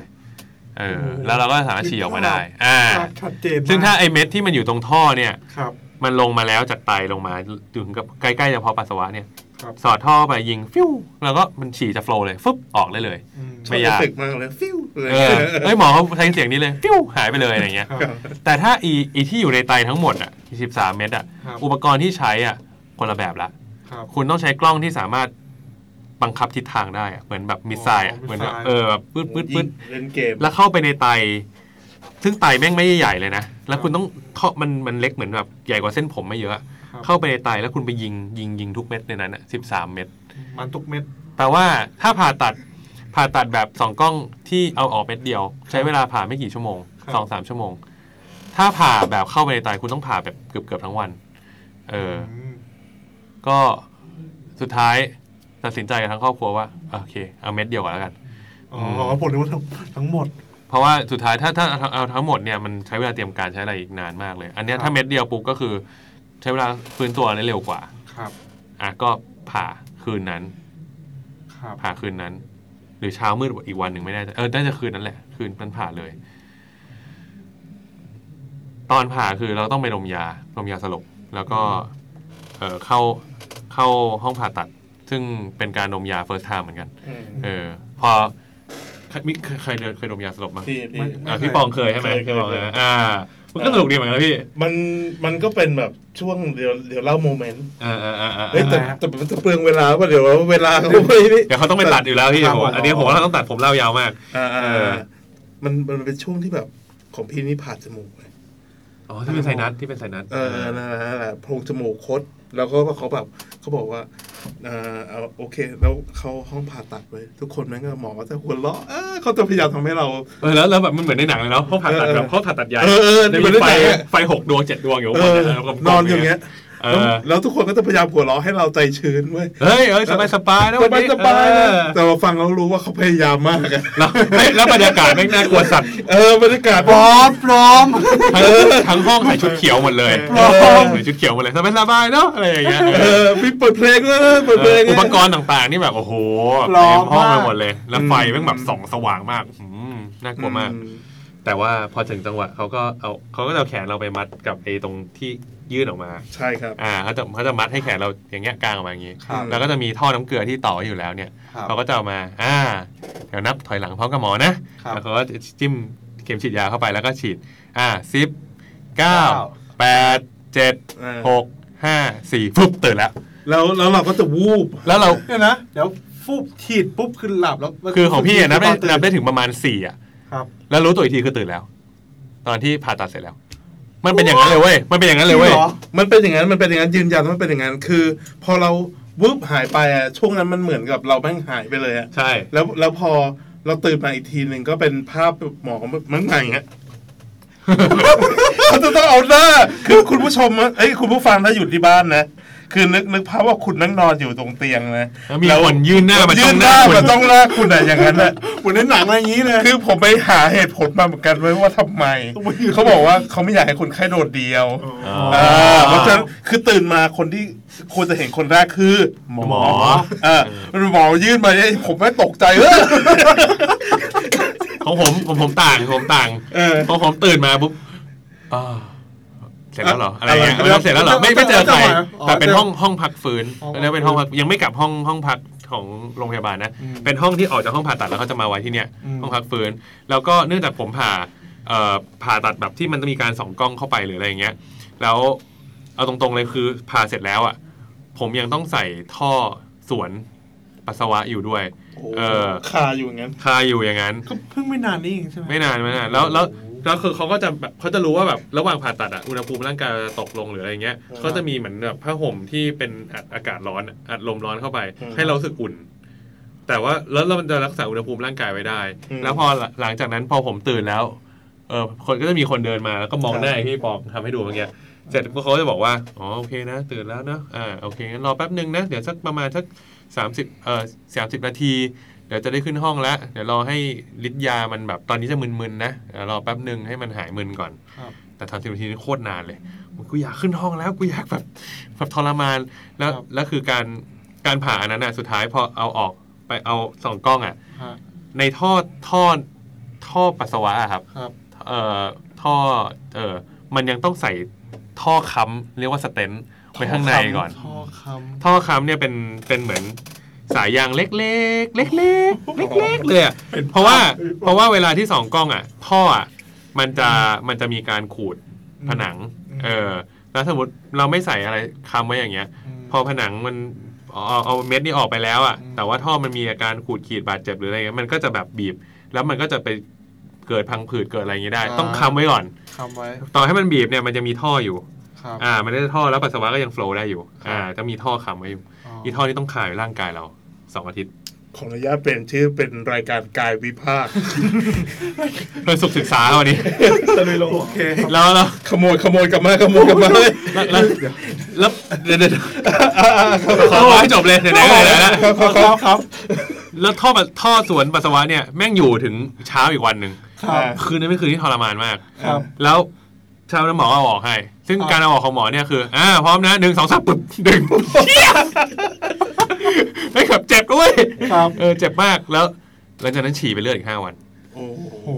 เออ แล้วเราก็สามารถฉี่ออกมาได้ อ่า
ภาพชัดเจนมาก
ซึ่งถ้าไอเม็ดที่มันอยู่ตรงท่อเนี่ย
ครับ
มันลงมาแล้วจากไตลงมาถึงกับใกล้ๆจะพอปัสสาวะเนี่ย
ครับ
สอดท่อไปยิงฟิวแล้วก็มันฉี่จะโฟลว์เลยฟึบออกได้เลย
อืม
ชอบเอย
ไม่าก
ฟเฟกต์มากเลยฟิวเลย
เออเฮ้ยหมอเขาใช้เสียงนี้เลยฟิวหายไปเลยอะไรเงี้ย
ครับ
แต่ถ้าอีอีที่อยู่ในไตทั้งหมดอ่ะ13 เม็ดอ่ะ
ครับ
อุปกรณ์ที่ใช้อ่ะคนละแบบละ
ครับ
คุณต้องใช้กล้องที่สามารถบังคับทิศทางได้อะเหมือนแบบมิสไซล์อะ
อ๋อ
เหมือนแบบ
missile
เออแบบปื๊ดปื๊ดปื๊ด
เล่นเกม
แล้วเข้าไปในไต ซึ่งไตแม่งไม่ใหญ่เลยนะ แล้วคุณต้องเข้ามันมันเล็กเหมือนแบบใหญ่กว่าเส้นผมไม่เยอะอะ
ครับ
เข้าไปในไตแล้วคุณไปยิงยิงยิงทุกเม็ดในนั้นสิบสามเม็ด
มันทุกเม็ด
แต่ว่าถ้าผ่าตัดผ่าตัดแบบสองกล้องที่เอาออกเม็ดเดียว ใช้เวลาผ่าไม่กี่ชั่วโมง
ครับ
สองสามชั่วโมง ถ้าผ่าแบบเข้าไปในไตคุณต้องผ่าแบบเกือบเกือบทั้งวัน เออ
ม
ก็สุดท้ายตัดสินใจกันทั้งครอบครัวว่า โอเค เอาเม็ดเดียวก่อนแล้วกัน
อ๋อผมนึกว่าทั้งทั้งหมด
เพราะว่าสุดท้ายถ้าถ้าเอาเอาทั้งหมดเนี่ยมันใช้เวลาเตรียมการใช้อะไรอีกนานมากเลย อันเนี้
ค
ย
รับ
ถ้าเม็ดเดียวปุ๊บก็คือ ใช้เวลาฟื้นตัวได้เร็วกว่า
ครับ
อ่ะก็ผ่าคืนนั้น
ครับ
ผ่าคืนนั้น หรือเช้ามืดอีกวันหนึ่งไม่แน่ใจเออน่าจะคืนนั้นแหละ คืนมันผ่าเลย ตอนผ่าคือเราต้องไปดมยาดมยาสลบแล้วก็ เออเข้าเข้าห้องผ่าตัด ซึ่งเป็นการดมยา first time เหมือนกัน
อืม
เออ พอใครมิเคยเคยเดินเคยดมยาสลบมั้ย
พี่พี่
อ่ะพี่ปองเคยใช่ไหม
เคยเคย
พี่ปองนะอ่า มันก็สนุกดีเหมือนกันนะพี่
มันมันก็เป็นแบบช่วงเดี๋ยวเดี๋ยวเล่าโมเมนต์
เออเออเออเออ
เฮ้ยแต่แต่มันจะเปลืองเวลาป่ะเดี๋ยวเวลาเขาไม่ได้
เดี๋ยวเขาต้องไปตัดอยู่แล้วพี่ผมอันนี้ผมว่าเราต้องตัดผมเล่ายาวมาก
อ่าอ่า
เออ
มันมันเป็นช่วงที่แบบของพี่นี่ผ่าจมูกเลย
อ๋อที่เป็นไซนัสที่เป็นไซนัส
เออนั่นแหละนั่นแหละโพรงจมูกคด แล้วก็เขาแบบเขาบอกว่าเออเอาโอเค แล้วเขาห้องผ่าตัดไว้ยทุกคนแม่งก็หมอก็จะหัวเราะเออเขาจะพยายามทำให้เรา
เออแล้วแล้วแบบมันเหมือนในหนังเลยเนาะเขาผ่าตัด
เออ
แบบเขาผ่าตัดใหญ่
เออเออนี่
ได้
มั
มี
นเรื่อง
ไฟ
ไหนอะ
ไฟหกดวงเจ็ดดวงอยู่
เอ
ข้างบ
อ
เนี่ยแล้ว
น
ก็
นอนอยู่อย่างเงี้ย
เอ
แล้ว
อ
แล้วทุกคนก็จะพยายามหัวเราะให้เราใจชื้นเว้ย
เฮ้ยเอ้ยสบายสบายๆนะ
ส
วัน
บาย
นี้
สบาย
เอ
นะ
อ
แต่เราฟังเรารู้ว่าเขาพยายามมากอะ
แล้วเฮ้ยแล้วบรรยากาศแม่งน่ากลัวสัตว์
เออบรรยากาศ
พร้อมพร้อม
ทั้งทั้งห้องใส่ชุดเขียวหมดเลย
เออ
ใส่ชุดเขียวหมดเลยสบายสบายๆเนาะอะไรอย่างเงี้ย
เอ
เออ
อพี่เปิดเพลงเลยเปิดเพลงเลย
อุปกรณ์ต่างๆนี่แบบโอ้โห
ล้อม
เต็มห้องไป
มาก
หมดเลย แล้วไฟแม่งแบบส่องสว่างมากหืมน่ากลัวมาก
อื
แต่ว่าพอถึงจังหวะเขาก็เอาเขาก็จะเอาแขนเราไปมัดกับไอ้ตรงที่ยื่นออกมา
ใช่ครับ
อ่าเขาจะเขาจะมัดให้แขนเราอย่างเงี้ยกลางออกมาอย่างงี้
ครับ
แล้วก็จะมีท่อน้ำเกลือที่ต่อไว้อยู่แล้วเนี่ย
ครับ
เขาก็จะเอามา อ่า เดี๋ยวนับถอยหลังพร้อมกับหมอนะครับ แล้วเขาก็จิ้มเข็มฉีดยาเข้าไปแล้วก็ฉีด อ่าสิบเก้า
เก้า
แปดเจ็ด
เออ
หกห้าสี่ปุ๊บตื่นแล้ว
แล้วแล้วเราก็จะวูบ
แล้วเรา
เนี่ยนะเดี๋ยวฟุบฉีดปุ๊บขึ้นหลับแล้วแล้ว
คือของพี่อะนับได้
ตื่
นับได้ถึงประมาณสี่อ่ะ
ครับ
แล้วรู้ตัวอีกทีคือตื่นแล้ว ตอนที่ผ่าตัดเสร็จแล้ว มันเป็นอย่างนั้นเลยเว้ยมันเป็นอย่างนั้นเลยเว้ย
จริงหรอ
มันเป็นอย่างนั้น มันเป็นอย่างนั้นยืนยันว่ามันเป็นอย่างนั้น คือ พอเราวืบหายไปอะช่วงนั้นมันเหมือนกับเราแม่งหายไปเลยอะ
ใช่
แล้วแล้วพอเราตื่นมาอีกทีหนึ่งก็เป็นภาพหมอมันใหม่ [LAUGHS] างเงี้ย เขาจะต้องเอาหน้า คือคุณผู้ชมอะเอ้ยคุณผู้ฟังถ้าอยู่ที่บ้านนะ คือนึกนึกภาพว่าคุณนั่งนอนอยู่ตรงเตียงนะ
แล้วมีคนยื่นหน้ามาจ้
ยื่
อง
น
ห
ห
น้า
น้า
คุณ
มาต้องหน้าคุณอะอย่างนั้นอะ
เหมือนในหนังอะไรอย่างนี้เลย
คือผมไปหาเหตุผลมาเหมือนกันไว้ยว่าทำไม เขาบอกว่าเขาไม่อยากให้คนไข้โดดเดียว
อ๋ออ่
าเพราะฉะนั้นคือตื่นมาคนที่ควรจะเห็นคนแรกคือหมอ
หมอ
เออหมอยื่นมาเนี่ยผมไม่ตกใจเออ
ของผมผมผมต่างผมต่าง
เออ
ของผมตื่นมาปุ๊บอ่าเสร็จแล้วเหรออะไรอย่างเงี้ย
อะไรนะ
มันเสร็จแล้วเหรอไม่ไม่เจอใคร
อ๋อ
แต่เป็นห้องห้องพักฟื้น
อ๋อ
แล้วเป็นห้องพักยังไม่กลับห้องห้องพักของโรงพยาบาลนะ
อืม
เป็นห้องที่ออกจากห้องผ่าตัดแล้วเขาจะมาไว้ที่เนี่ย
อืม
ห้องพักฟื้น แล้วก็เนื่องจากผมผ่าเอ่อผ่าตัดแบบที่มันจะมีการส่องกล้องเข้าไปหรืออะไรอย่างเงี้ย แล้วเอาตรงๆเลยคือผ่าเสร็จแล้วอ่ะ ผมยังต้องใส่ท่อสวนปัสสาวะอยู่ด้วย เออ
คาอยู่อย่างนั้น
คาอยู่อย่างนั้น
ก็เพิ่งไม่นานนี้เองใช่ไหม
ไม่นานไม่นานแล้วแล้วแล้วคือเขาก็จะแบบเขาจะรู้ว่าแบบระหว่างผ่าตัดอะอุณหภูมิร่างกายเราจะตกลงหรืออะไรเงี้ย
อ่า
เขาจะมีเหมือนแบบผ้าห่มที่เป็นอัดอากาศร้อนอะอัดลมร้อนเข้าไป
อืม
ให้เรารู้สึกอุ่น แต่ว่าแล้วเราจะรักษาอุณหภูมิร่างกายไว้ได้
อืม
แล้วพอหลังหลังจากนั้นพอผมตื่นแล้วเออคนก็จะมีคนเดินมาแล้วก็มอง
ครับ
หน้าไอ้พี่ปองทำให้ดูเมื่อกี้เสร็จปุ๊บเขาก็จะบอกว่าอ๋อโอเคนะ ตื่นแล้วนะอ่าโอเคงั้นรอแป๊บหนึ่งนะเดี๋ยวสักประมาณสักสามสิบเอ่อสามสิบนาที เดี๋ยวจะได้ขึ้นห้องแล้ว เดี๋ยวรอให้ฤทธิ์ยามันแบบตอนนี้จะมึนๆนะเดี๋ยวรอแป๊บหนึ่งให้มันหายมึนก่อน
ครับ
แต่ทำสิบนาทีนี่โคตรนานเลยอุ๊ยกูอยากขึ้นห้องแล้วกูอยากแบบแบบทรมาน แล้ว
ครับ
แล้วคือการการผ่าอันนั้นน่ะสุดท้ายพอเอาออกไปเอาสองกล้องอ่ะ
ฮะ
ในท่อท่อท่อปัสสาวะอะครับ
ครับ
เอ่อท่อเอ่อมันยังต้องใส่ท่อค้ำเรียกว่าสเตนต์ไว้ข้างในก่อน
ท่อค
ท่อค้ำเนี่ยเป็นเป็นเหมือนสายยางเล็กๆ เล็กๆ เล็กๆเลยอะเพราะว่าเพราะว่าเวลาที่สองกล้องอ่ะ ท่ออ่ะมันจะมันจะมีการขูด
ำ
ผนัง
อืม
เออแล้วสมมติเราไม่ใส่อะไรค้ำไว้อย่างเงี้ย
ม
พอผนังมันเอาเอาเอาเม็ดนี่ออกไปแล้วอะ่ะ
อืม
แต่ว่าท่อมันมีอาการขูดขีดบาดเจ็บหรืออะไรเงี้ยมันก็จะแบบบีบ แล้วมันก็จะไปเกิดพังผืดเกิดอะไรอย่างเงี้ยได้ ต้องค้ำไว้ก่อน
คำไว้
ต่อให้มันบีบเนี่ยมันจะมีท่ออยู่
ครับ
อ่า มันได้ท่อแล้วปัสสาวะก็ยังโฟลว์ได้อยู่
ครับ
อ่า จะมีท่อค้ำไว้อยู่อีท่อนี่ต้องคายร่างกายเราสองอาทิตย์
ขออนุญาตเปลี่ยนชื่อเป็นรายการกายวิภาค [LAUGHS]
โดยสุขศึกษาวัน
[LAUGHS]
นี้
ตะลุยลงโอเคครับ
แล้วแล้ว
ขโมยขโมยกลับมาขโมยกลับมาเลย
แล้วแล้วแล้วเดี๋ยวเดี๋ยวขอขอให้จบเลยไหนๆก็ไหนๆแล้ว
ครับครับครับ
แล้วท่อปัสท่อสวนปัสสาวะเนี่ยแม่งอยู่ถึงเช้าอีกวันหนึ่ง
ครับ
คืนนั้นเป็นคืนที่ทรมานมาก
ครับ
แล้วเช้านั้นหมอเอาออกให้ ซึ่ง
อ่า
การเอาออกของหมอเนี่ยคืออ่าพร้อมนะหนึ่งสองสามปึ๊บดึง [LAUGHS] เหี้ยไม่แบบเจ็บด้วย
ครับ
เออเจ็บมากแล้วหลังจากนั้นฉี่ไปเรื่อยอีกห้าวัน
โอ้โห
โอ้โห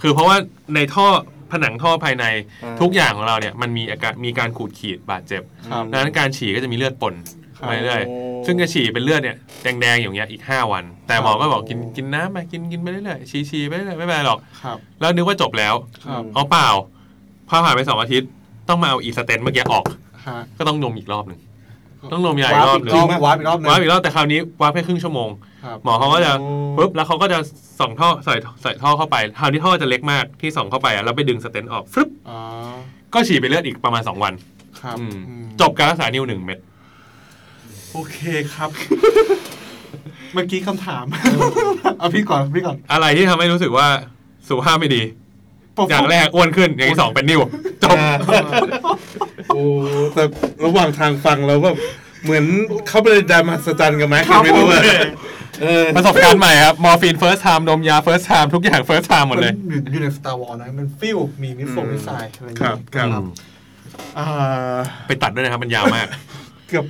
คือเพราะว่าในท่อผนังท่อภายใน
อ่า
ทุกอย่างของเราเนี่ยมันมีอาการมีการขูดขีดบาดเจ็บ
ครับ
ดังนั้นการฉี่ก็จะมีเลือดปน
ครับ
ไปเรื่อย
โอ้
ซึ่งการฉี่เป็นเลือดเนี่ยแดงๆอย่างเงี้ยอีก 5 วัน แต่หมอก็บอกกินกินน้ำไปกินกินไปเรื่อยๆฉี่ฉี่ไปเรื่อยๆไม่เป็นไรหรอก
ครับ
แล้วนึกว่าจบแล้ว
ครับ
เอาเปล่าพอผ่านไปสองอาทิตย์ต้องมาเอาอีสเตนเมื่อกี้ออก
ฮะ
ก็ต้องนมอีกรอบหนึ่งต้องนมยาอีก
วาร์
ร
ป
อบ
อี
ห
ก
นึ่ง
รอบวาร์ปอีกรอบหนึง
วาร์ปอีกรอบแต่คราวนี้วาร์ปแค่ครึ่งชั่วโมง
ครับ
หมอเขาก็จะ
โอ้
ปุ๊บแล้วเขาก็จะส่องท่อใส่ใส่ท่อเข้าไปคราวนี้ท่อจะเล็กมากที่ส่องเข้าไปอะแล้วไปดึงสเตนต์ออกฟึบ
อ๋อ
ก็ฉีดไปเลือดอีกประมาณ 2 วัน
ครับ
อืม
อืม
จบการรักษานิ้วหนึ่งเม็ด
โอเคครับ เมื่อกี้คำถาม เอาพี่ก่อนพี่ก่อน
อะไรที่ทำให้รู้สึกว่าสุขภาพไม่ดี [LAUGHS]
[LAUGHS]
อย่างแรกอ้วนขึ้นอย่างที่สองเป็นนิ้วจบ
อ่าโอ้แต่ระหว่างทางฟังเราแบบเหมือนเขาไปดามาสจันกันไหมใครไม่รู้อะเออ
ประสบการณ์ใหม่ครับมอร์ฟีน first time นมยา first time ทุกอย่าง first time หมด
[LAUGHS]
เลย
มันอยู่ในสตาร์วอลนะ มันฟิลมีมิสโฟมิสไซอะไรอย่าง
ค
เงี้
รับ
ย
ครับ
อืม
อ่า
ไปตัดด้วยนะครับมันยาวมาก
เกือบ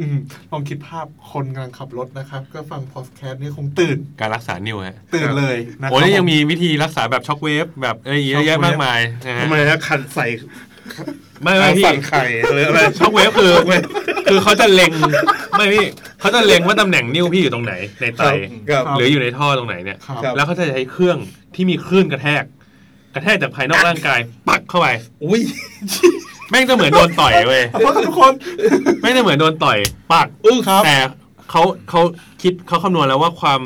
อืมลองคิดภาพคนกำลังขับรถนะครับ ก็ฟังพอดแคสต์นี่คงตื่น
การรักษานิ้วฮะ
ตื่นเลยนะครับ
โอ้นี่ยังมีวิธีรักษาแบบช็อคเวฟแบบอะไรเยอะแยะมากมายนะฮะ
ทำไมฮะคันใส่
ไม่ไม่พี่
ฝันไข่หรืออะไร
ช็อคเวฟคือคือเขาจะเล็งไม่พี่เขาจะเล็งว่าตำแหน่งนิ้วพี่อยู่ตรงไหนในไต
ครับ
หรืออยู่ในท่อตรงไหนเนี่ย
ครับ
ครับ
แล้วเขาจะใช้เครื่องที่มีคลื่นกระแทก กระแทกจากภายนอกร่างกาย ปักเข้าไป
อุ้ย
แม่งจะเหมือนโดนต่อยเว้ย
ขอบคุณครับทุกคน
แม่งจะเหมือนโดนต่อยปัก
อึ้งครับ
แต่เขาเขาคิดเขาคำนวณแล้วว่าความ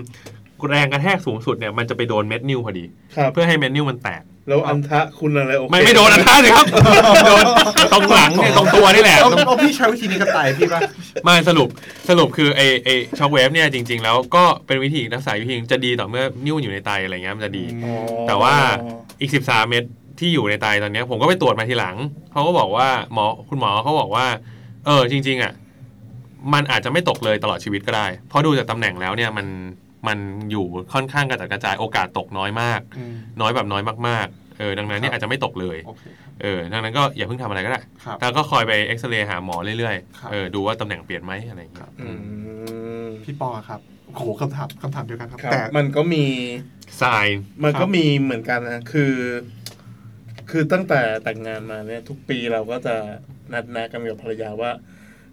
แรงกระแทกสูงสุดเนี่ยมันจะไปโดนเม็ดนิ้วพอดี
ครับ
เพื่อให้เม็ดนิ้วมันแตก
แล้วอันทะคุณอะไรโอเค
ไม่ไม่โดนอันท่าเลยครับโดนตรงหลัง [LAUGHS] เนี่ยตรงตัวนี่แหละ
เอาเอาพี่ใช้วิธีนี้กระต่ายพี่ป่ะ
ไม่สรุปสรุปคือไอไอช็อคเวฟเนี่ยจริง ๆ แล้วก็เป็นวิธีรักษาวิธีหนึ่งจะดีต่อเมื่อนิ้วอยู่ในไตอะไรเงี้ยมันจะดี
อ๋อ
แต่ว่าอีก 13 เม็ดที่อยู่ในไตตอนเนี้ยผมก็ไปตรวจมาทีหลังเขาก็บอกว่าหมอคุณหมอเขาบอกว่า เออจริง ๆอ่ะมันอาจจะไม่ตกเลยตลอดชีวิตก็ได้ เพราะดูจากตำแหน่งแล้วเนี่ยมันมันอยู่ค่อนข้างกระจัดกระจายโอกาสตกน้อยมาก น้อยแบบน้อยมากๆเออดังนั้นเนี่ยอาจจะไม่ตกเลย
โอเค
เออดังนั้นก็อย่าเพิ่งทำอะไรก็ได้
ครับ
แล้วก็คอยไปเอ็กซเรย์หาหมอเรื่อย
ครับ
ๆ เออ ดูว่าตำแหน่งเปลี่ยนไหมอะไรอย่างเงี้ย
อืม
พี่ปอครับโอ้โหคำถามคำถามเดียวกันครับ
ครับ
แต่
มันก็มี
ทราย
มัน
ครั
ก็
บ
มีเหมือนกันนะ คือ คือตั้งแต่แต่งงานมาเนี่ย ทุกปีเราก็จะนัดแนะกันกับภรรยาว่า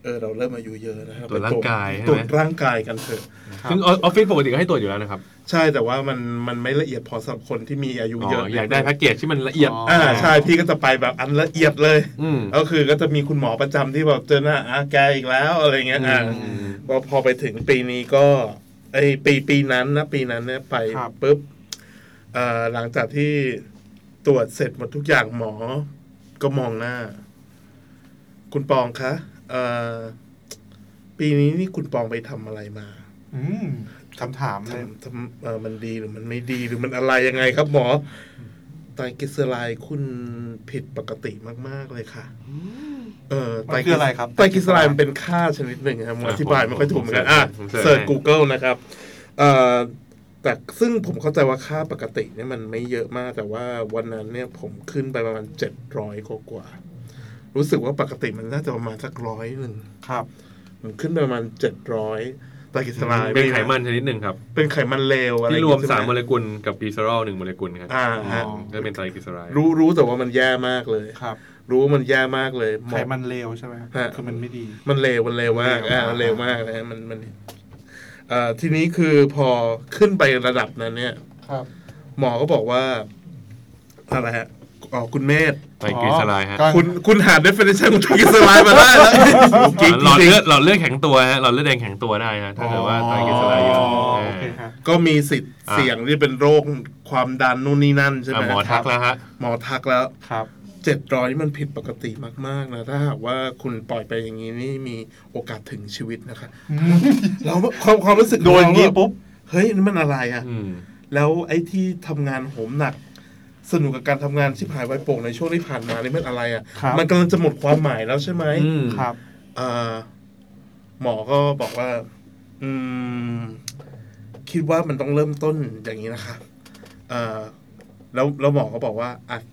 เออ เราเริ่มอายุเยอะนะคบ
ตรวจร่างกายใช่
ตรว
ไหม
จร่างกายกันเถอะ
ซึ่งออฟฟิศปกติก็ให้ตรวจอยู่แล้วนะครับ
ใช่แต่ว่ามันมันไม่ละเอียดพอสำหรับคนที่มีอายุ
อ๋
เยอะ
ออยากได้แพ็กเกจที่มันละเอียด
อ๋ออ่
อ่าใช่พี่ก็จะไปแบบอันละเอียดเลย
อืม
ก็คือก็จะมีคุณหมอประจำที่แบบเจอหน้าอ่ะแกอีกแล้วอะไรเงี้ยอ่า
อืม
พอพอไปถึงปีนี้ก็ไอยปีปีนั้นนะปีนั้นเนี่ยไป
ครับ
ปุ๊บเอ่อหลังจากที่ตรวจเสร็จหมดทุกอย่างหมอ ก็มองหน้า คุณปองคะเอ่อปีนี้นี่คุณปองไปทำอะไรมา
อืมคำถามเลย
ทำทำเอ่อมันดีหรือมันไม่ดีหรือมันอะไรยังไงครับหมอไตรกลีเซอไรด์คุณผิดปกติมาก ๆ เลยค่ะ เออ
มันคืออะไรครับ
ไตรกลีเซอไรด์มันเป็นค่าชนิดหนึ่งครับผมอธิบายไม่ค่อยถูกเหมือนกันอ่ะ
ผมเสิร์ช
เสิร์ช
ให้
Google นะครับเอ่อแต่ซึ่งผมเข้าใจว่าค่าปกติเนี่ยมันไม่เยอะมาก แต่ว่าวันนั้นเนี่ยผมขึ้นไปประมาณเจ็ดร้อยกว่าๆรู้สึกว่าปกติมันน่าจะประมาณสักร้อยหนึ่ง
ครับ
ผมขึ้นไปประมาณเจ็ดร้อยไตรกลีเซอไรด์
เป็นไขมันชนิดหนึ่งครับ
เป็นไขมันเลวอะไร
ที่รวมสาม
ใช่ไห
โมเลกุลกับกลีเซอรอลหนึ่งโมเลกุลครับ
อ่าฮะ
อ๋อ
ก็เป็นไตรกลีเซอไรด์
รู้รู้แต่ว่ามันแย่มากเลย
ครับ
รู้ว่ามันแย่มากเลยห
ไข
มอ
มันเลวใช่ไหมครับ
ฮะ
คือมันไม่ดี
มันเลวมันเลวมาก
เลวมาก
อ่ามันเลวมากนะฮะมันมันเอ่อทีนี้คือพอขึ้นไประดับนั้นเนี่ย
ครับ
หมอก็บอกว่า อะไรฮะอ๋อคุณเมธ
ไตรกลีเซอไรด์ฮะ
คุณคุณหา definition ของไตรกลีเซอไรด์มาได้แล้วกิ๊ก
หลอด
จริง
เลือดหลอดเลือดแข็งตัวฮะหลอดเลือดแดงแข็งตัวได้ฮะถ้าเกิดว่าไตรกลีเซอไรด์เยอะ
โอเคครับ
ๆก็มีสิทธิ์เสี่ยงที่เป็นโรคความดันนู่นนี่นั่นใช่ไหม
อ่ะหมอทักแล้วฮะ
หมอทักแล้ว
ครับ
เจ็ดร้อยนี่มันผิดปกติมากๆนะถ้าหากว่าคุณปล่อยไปอย่างนี้นี่มีโอกาสถึงชีวิตนะคะเราความความรู้สึก
โดนงี้
เรา
ปุ๊บ
เฮ้ยนี่มันอะไรอะ
อืม
แล้วไอ้ที่ทำงานโหมหนัก สนุกกับการทำงานชิบหายไวโป่งในช่วงที่ผ่านมานี่มันอะไรอะ
ครับ
่ะ มันกำลังจะหมดความหมายแล้วใช่ไหม
อืม
ครับ
เอ่อหมอก็บอกว่า อืม คิดว่ามันต้องเริ่มต้นอย่างนี้นะคะเอ่อแล้วแล้วหมอก็บอกว่าอัด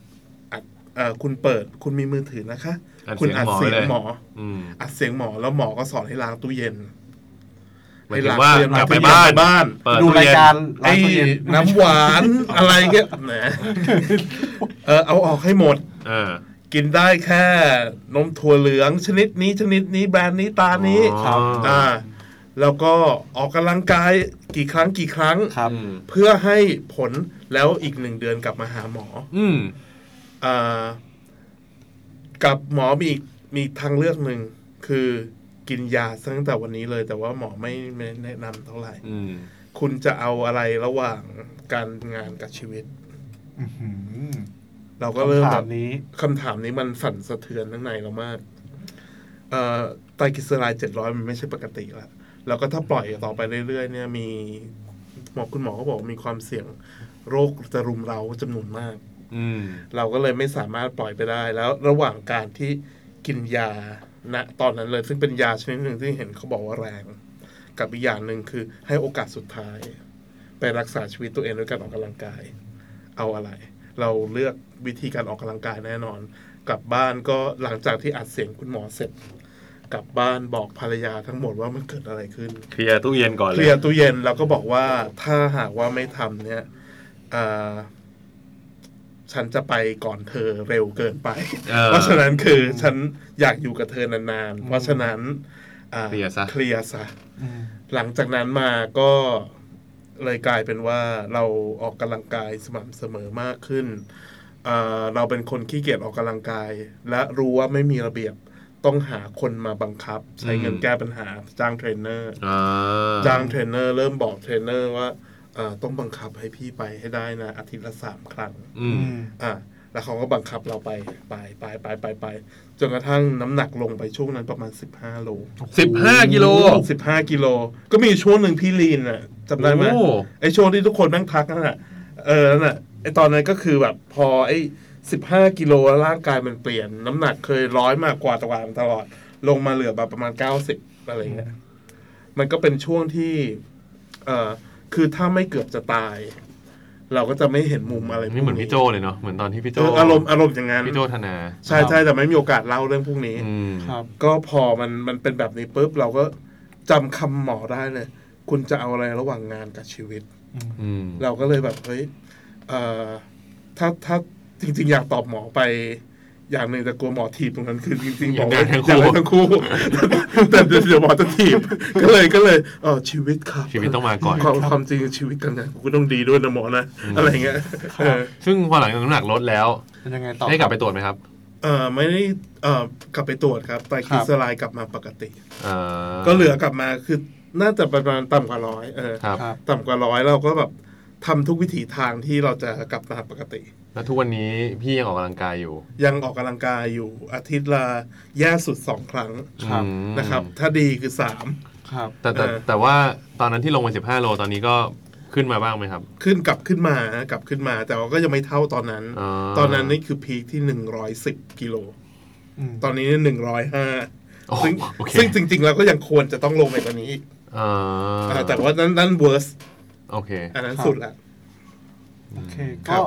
อัดเอ่อคุณเปิดคุณมีมือถือนะคะ
อัด
คุณ
เสียงหมอ
อัดเสียง
เลย
หมอ
อืม
อัดเสียงหมอแล้วหมอก็สอนให้ล้างตู้เย็น
หมายถึงว่ากลับไปบ้าน
บ้าน
เปิด
ดู
ตู้
ราย
เย็น
การ
ไอ้
ร้านตู้เย็น
น้ำหวานอะไรเงี้ยแหมเออเอาออกให้หมด
เออ
กินได้แค่นมถั่วเหลืองชนิดนี้ชนิดนี้แบรนด์นี้ตานี้
อ๋อ
ครับอ่า แล้วก็ออกกำลังกายกี่ครั้งกี่ครั้ง
ครับ
อืม
เพื่อให้ผลแล้วอีกหนึ่งเดือนกลับมาหาหมอ
อืม
อ่ากับหมอมีอีกมีทางเลือกหนึ่งคือกินยาตั้งแต่วันนี้เลย แต่ว่าหมอไม่ไม่แนะนำเท่าไหร่
อืม
คุณจะเอาอะไรระหว่างการงานกับชีวิต
อื้อหือ
เราก็เริ่ม
คำ
แบ
ถาม
บ
นี้
คำถามนี้มันสั่นสะเทือนข้างในเรามาก เอ่อไตรกลีเซอไรด์เจ็ดร้อยมันไม่ใช่ปกติละแล้วก็ถ้าปล่อยต่อไปเรื่อยๆ เนี่ย มีหมอคุณหมอก็บอกว่ามีความเสี่ยงโรคจะรุมเราจำนวนมาก
อืม
เราก็เลยไม่สามารถปล่อยไปได้ แล้วระหว่างการที่กินยาณตอนนั้นเลย ซึ่งเป็นยาชนิดหนึ่งที่เห็นเขาบอกว่าแรง กับอีกอย่างหนึ่งคือให้โอกาสสุดท้าย ไปรักษาชีวิตตัวเองด้วยการออกกำลังกาย เอาอะไร เราเลือกวิธีการออกกำลังกายแน่นอน กลับบ้านก็หลังจากที่อัดเสียงคุณหมอเสร็จ กลับบ้านบอกภรรยาทั้งหมดว่ามันเกิดอะไรขึ้น
เคลียร์ตู้เย็นก่อน
เค
เล
ลี
ย
ยร์ตู้เย็นแล้วก็บอกว่าถ้าหากว่าไม่ทำเนี่ยเอ่อฉันจะไปก่อนเธอเร็วเกินไป
เออ
เพราะฉะนั้นคือฉันอยากอยู่กับเธอนานๆ เพราะฉะนั้นอ่า
เคลียร์ซะ
เคลียร์ซะ
อืม
หลังจากนั้นมาก็เลยกลายเป็นว่าเราออกกำลังกายสม่ำเสมอมากขึ้นเอ่อเราเป็นคนขี้เกียจออกกำลังกาย และรู้ว่าไม่มีระเบียบต้องหาคนมาบังคับ ใช้เงินแก้ปัญหาจ้างเทรนเนอร์
อ่า
จ้างเทรนเนอร์เริ่มบอกเทรนเนอร์ว่าเอ่อต้องบังคับให้พี่ไปให้ได้นะ อาทิตย์ละสามครั้ง
อืม
อืม
อ่ะแล้วเขาก็บังคับเราไปไปไปไปไปไปจนกระทั่งน้ำหนักลงไปช่วงนั้นประมาณ 15 โล
สิบห้ากิโล
15 กิโล ก็มีช่วงหนึ่งพี่ลีนอ่ะจำได้ไหม
โอ้
ไอ้ช่วงที่ทุกคนนั่งทักนั่นแหะเออนั่นแหะไอ้ตอนนั้นก็คือแบบพอไอ้15 กิโลแล้วร่างกายมันเปลี่ยน น้ำหนักเคยร้อยมากกว่าตะวันตลอด ลงมาเหลือแบบประมาณ 90 อะไรเงี้ย มันก็เป็นช่วงที่ เอ่อ คือถ้าไม่เกือบจะตาย เราก็จะไม่เห็นมุมอะไรพวก
นี่เหมือนพี่โจเลยเนาะเหมือนตอนที่พี่โจ
เอออารมณ์อารมณ์อย่างนั้น
พี่โจธนา
ใช่ใช่แต่ไม่มีโอกาสเล่าเรื่องพวกนี้
อืม
ครับ
ก็พอมันมันเป็นแบบนี้ปุ๊บเราก็จำคำหมอได้เลย คุณจะเอาอะไรระหว่างงานกับชีวิต
อืม
เราก็เลยแบบเฮ้ยเอ่อถ้าถ้าจริง ๆ อยากตอบหมอไป อย่างหนึ่งแต่กลัวหมอถีบตรงนั้นคือจริงๆบอกว่าอยากได้ทั้งคู่ [LAUGHS] แต่เดี๋ยวหมอจะถีบ ก็เลยก็เลยเออชีวิตครับ
ชีวิตต้องมาก่อน
ความความจริงชีวิตการงานกูก็ต้องดีด้วยนะหมอนะ อะไรเงี้ยเออ
ซึ่งพอหลังจากน้ำหนักลดแล้ว
เป็นยังไงต่อ
ได้กลับไปตรวจไหมครับ
เออไม่ได้เออกลับไปตรวจครับไตรกลีเซอไรด์กลับมาปกติ
อ่า
ก็เหลือกลับมาคือน่าจะประมาณต่ำกว่าร้อยเออ
ครับ
ครับ
ต่ำกว่าร้อยเราก็แบบทำทุกวิถีทางที่เราจะกลับมาปกติ
แล้วทุกวันนี้พี่ยังออกกำลังกายอยู่
ยังออกกำลังกายอยู่อาทิตย์ละแย่สุดสองครั้ง
ครับ
อืม
นะครับ ถ้าดีคือสาม
ครับ
แต่แต่
เออ
แต่ว่าตอนนั้นที่ลงมา 15 โลตอนนี้ก็ขึ้นมาบ้างไหมครับ
ขึ้นกลับขึ้นมากลับขึ้นมา แต่ว่าก็ยังไม่เท่าตอนนั้น
า
ตอนนั้นนี่คือพีคที่หนึ่งร้อยสิบกิโล
ม
ตอนนี้หนึ่งร้อยห้า
โอ้
ซึ่ง
โอเค
ซึ่งจริง ๆ เราก็ยังควรจะต้องลงไปกว่านี้อีก
อ่า
อ่าแต่ว่านั่นนั่น worst
โอเค
อันนั้นสุดละ
โอเค
ครั
ก็
บ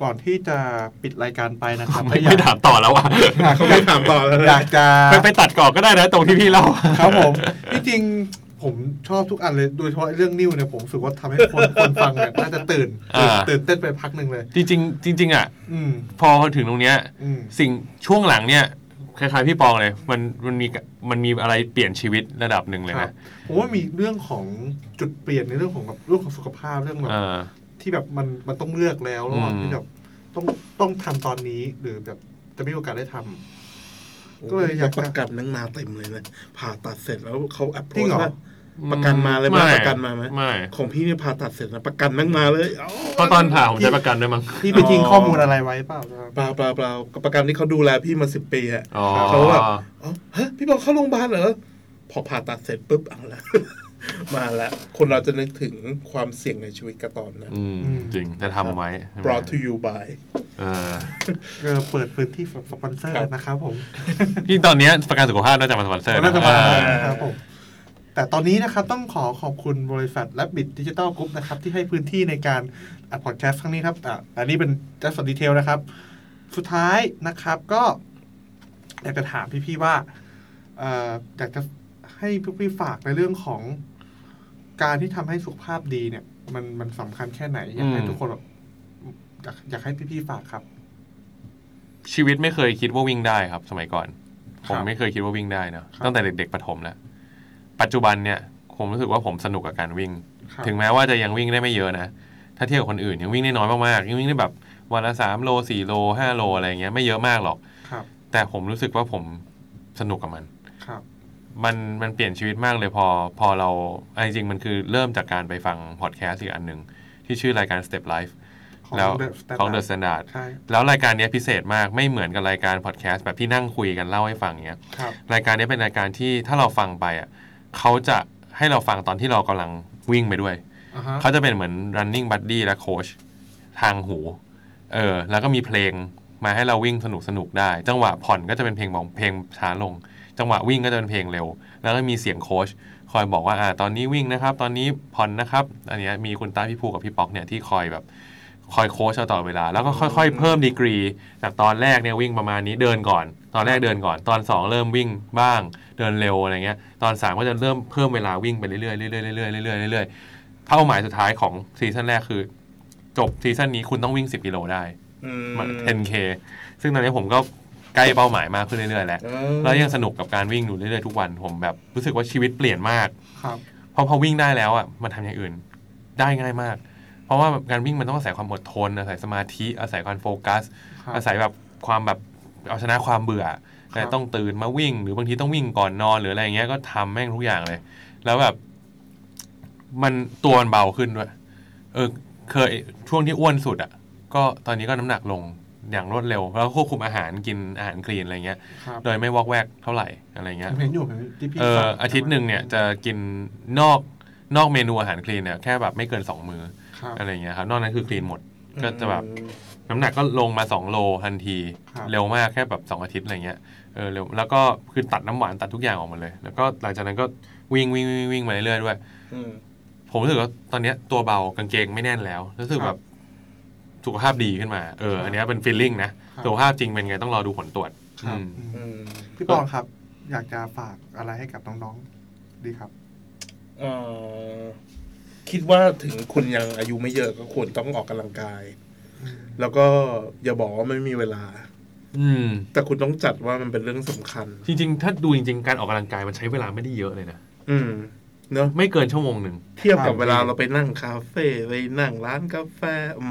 ก่อนที่จะปิดรายการไปนะครับ
ไม่ไม่ถามต่อแล้วอ่ะ
อยาก
เขาไม่ถามต่อแล้ว
อยา
นะ
กจะ
ไปไปตัดก่อนก็ได้นะตรงที่พี่เล่า
ครับผม ที่จริงผมชอบทุกอันเลย โดยเฉพาะเรื่องนิ้วเนี่ยผมรู้สึกว่าทำให้คนคนฟังเนี่ยน่าจะตื่น
อ่า
ตื่นเต้นไปพักหนึ่งเลย
จริงๆจริง ๆ อ่ะ
อืม
พอถึงตรงเนี้ย
อืม
สิ่งช่วงหลังเนี่ยคล้ายๆพี่ปองเลย มันมันมีมันมีอะไรเปลี่ยนชีวิตระดับหนึ่งเลย
ครั
นะ
บผมว่ามีเรื่องของจุดเปลี่ยนในเรื่องของแบบเรื่องของสุขภาพเรื่องแบบ
อ่า
ที่แบบมันมันต้องเลือกแล้วแล้ว
อืม
ที่แบบต้องต้องทำตอนนี้หรือแบบจะไม่มีโอกาสได้ทำ ก็เลยอยากจะ
ประกันนั่งมาเต็มเลยนะ ผ่าตัดเสร็จแล้วเขาแอปโร
จริงเหรอ
ประกันมาเลยไหมา
ไ
ประกันมาไหม
ไม่
ของพี่เนี่ยผ่าตัดเสร็จนะประกันนั่งมาเลยเอ้า
เพราะตอนผ่าผมใช้ประกันด้วยมั้ง
พี่ไปทิ้งข้อมูลอะไรไว้เปล่าครับ
เปล่าเปล่าเปล่ากับประกันที่เขาดูแลพี่มาสิบปีอะ
อ๋อ
เขาแบบเอ๋อฮะพี่บอกเข้าโรงพยาบาลเหรอ พอผ่าตัดเสร็จปุ๊บเอาละ [LAUGHS] มาละคนเราจะนึกถึงความเสี่ยงในชีวิตกระตอนนะ
อืม
อืม
จริงแต่ทำไว้ใช่ไหม
brought to you by
เออ
เออเปิดพื้นที่สำหรับสปอนเซอร์นะครับผม
พี่ตอนเนี้ยประกันสุขภาพน่าจะมาสปอนเซอร์
น่าจะมา
เออ
นะครับผม แต่ตอนนี้นะครับต้องขอขอบคุณบริษัทและบิดดิจิ t a ลกรุ๊ปนะครับที่ให้พื้นที่ในการอัดพอดแคสต์ครั้งนี้ครับอ่ะอันนี้เป็นจัสดีเทลนะครับ สุดท้ายนะครับก็อยากจะถามพี่ๆว่าเอ่ออยากจะให้พี่ๆฝากในเรื่องของการที่ทำให้สุขภาพดีเนี่ย มันมันสำคัญแค่ไหน อยากให้
อืม
ทุกคนแบบอยากอยากให้พี่ๆฝากครับ
ชีวิตไม่เคยคิดว่าวิ่งได้ครับ สมัยก่อน
ค
ผ
รับ
มไม่เคยคิดว่าวิ่งได้เนอะ
ครับ
ตั้งแต่เด็ก ๆประถมแล้วปัจจุบันเนี่ยผมรู้สึกว่าผมสนุกกับการวิ่ง
ครับ
ถึงแม้ว่าจะยังวิ่งได้ไม่เยอะนะ ถ้าเทียบกับคนอื่นยังวิ่งได้น้อยมากๆยังวิ่งได้แบบวันละสามโลสี่โลห้าโลอะไรอย่างเงี้ยไม่เยอะมากหรอก
ครับ
แต่ผมรู้สึกว่าผมสนุกกับมัน
ครับ
มันมันเปลี่ยนชีวิตมากเลยพอพอเราอ่ะจริงๆ มันคือเริ่มจากการไปฟังพอดแคสต์อีกอันหนึ่งที่ชื่อรายการ Step Life
ของ
แล้ว
The Standard
ของ The Standard
ใช่
แล้วรายการเนี้ยพิเศษมากไม่เหมือนกับรายการพอดแคสต์แบบที่นั่งคุยกันเล่าให้ฟังเนี้ย
ครับ
รายการเนี้ยเป็นรายการที่ถ้าเราฟังไปอ่ะเขาจะให้เราฟังตอนที่เรากำลังวิ่งไปด้วย
อ่าฮะ
เขาจะเป็นเหมือน running buddy และ coach ทางหู เออ แล้วก็มีเพลงมาให้เราวิ่งสนุกสนุกๆได้ จังหวะผ่อนก็จะเป็นเพลงของเพลงช้าลง จังหวะวิ่งก็จะเป็นเพลงเร็ว แล้วก็มีเสียงโค้ชคอยบอกว่าอ่า ตอนนี้วิ่งนะครับ ตอนนี้ผ่อนนะครับ อันเนี้ยมีคุณต้าพี่ภูกับพี่ป๊อกเนี่ยที่คอยแบบ คอยโค้ชเราตลอดเวลา แล้วก็ค่อยๆ เพิ่มดีกรี จากตอนแรกเนี่ยวิ่งประมาณนี้เดินก่อน ตอนแรกเดินก่อน ตอนสองเริ่มวิ่งบ้าง เดินเร็วอะไรเงี้ย ตอนสามก็จะเริ่มเพิ่มเวลาวิ่งไปเรื่อยๆเรื่อยๆเรื่อยๆเรื่อยๆเรื่อยๆเป้าหมายสุดท้ายของซีซั่นแรกคือ จบซีซั่นนี้คุณต้องวิ่ง 10กิโลได้
อืม
10k ซึ่งตอนนี้ผมก็ใกล้เป้าหมายมากขึ้นเรื่อยๆแล้ว
เอ
แล้ว
อ
ยังสนุกกับการวิ่งอยู่เรื่อยๆทุกวัน ผมแบบรู้สึกว่าชีวิตเปลี่ยนมาก
ครับ
เพราะพอวิ่งได้แล้วอ่ะมันทำอย่างอื่นได้ง่ายมาก เพราะว่าการวิ่งมันต้องอาศัยความอดทน อาศัยสมาธิอาศัยการโฟกัส
ครับ
อาศัยแบบความแบบเอาชนะความเบื่อแต่ต้องตื่นมาวิ่ง หรือบางทีต้องวิ่งก่อนนอนหรืออะไรอย่างเงี้ยก็ทำแม่งทุกอย่างเลย แล้วแบบ มันตัวมันเบาขึ้นด้วย เออ เคยช่วงที่อ้วนสุดอ่ะ ก็ตอนนี้ก็น้ำหนักลงอย่างรวดเร็ว แล้วก็ควบคุมอาหารกินอาหารคลีนอะไรเงี้ย
ครับ
โดยไม่วอกแวกเท่าไหร่อะไรเงี้ย
ผมเห็นอยู่ผมเห็นที่พี่
เอ
ฝ
อ
ก
อาทิตย์หนึ่งเนี่ยจะกินนอกนอกเมนูอาหารคลีนเนี่ยแค่แบบไม่เกินสองมือ
ครับ
อะไรอย่างเงี้ยครับนอกนั้นคือคลีนหมด ก็จะแบบ
อืม
น้ำหนักก็ลงมา 2 โลทันที
ครับ
เร็วมากแค่แบบ 2 อาทิตย์อะไรเงี้ยเออเร็วแล้วก็คือตัดน้ำหวานตัดทุกอย่างออกหมาเลย แล้วก็หลังจากนั้นก็วิ่งวิ่งวิ่งวิ่งมาเรื่อยๆด้วย
อืม
ผมรู้สึกว่าตอนเนี้ยตัวเบากางเกงไม่แน่นแล้ว รู้สึก
ค
แบ
รับบ
สุขภาพดีขึ้นมาเออ
ครับ
อันเนี้ยเป็นฟีลลิ่งนะครับ สุขภาพจริงเป็นไงต้องรอดูผลตรวจ
ครับ
อืม
อืม
พี่ปองครับ อยากจะฝากอะไรให้กับน้องๆ ดีครับ
เอ่อคิดว่าถึงคุณยังอายุไม่เยอะก็ควรต้องออกกำลังกาย แล้วก็อย่าบอกว่าไม่มีเวลา
อืม
แต่คุณต้องจัดว่ามันเป็นเรื่องสำคัญ
จริง ๆ ถ้าดูจริง ๆ การออกกำลังกายมันใช้เวลาไม่ได้เยอะเลยนะ
อืม เนอะ
ไม่เกินชั่วโมงหนึ่ง
เทียบกับ
ใช่
เวลาเราไปนั่งคาเฟ่ไปนั่งร้านกาแฟ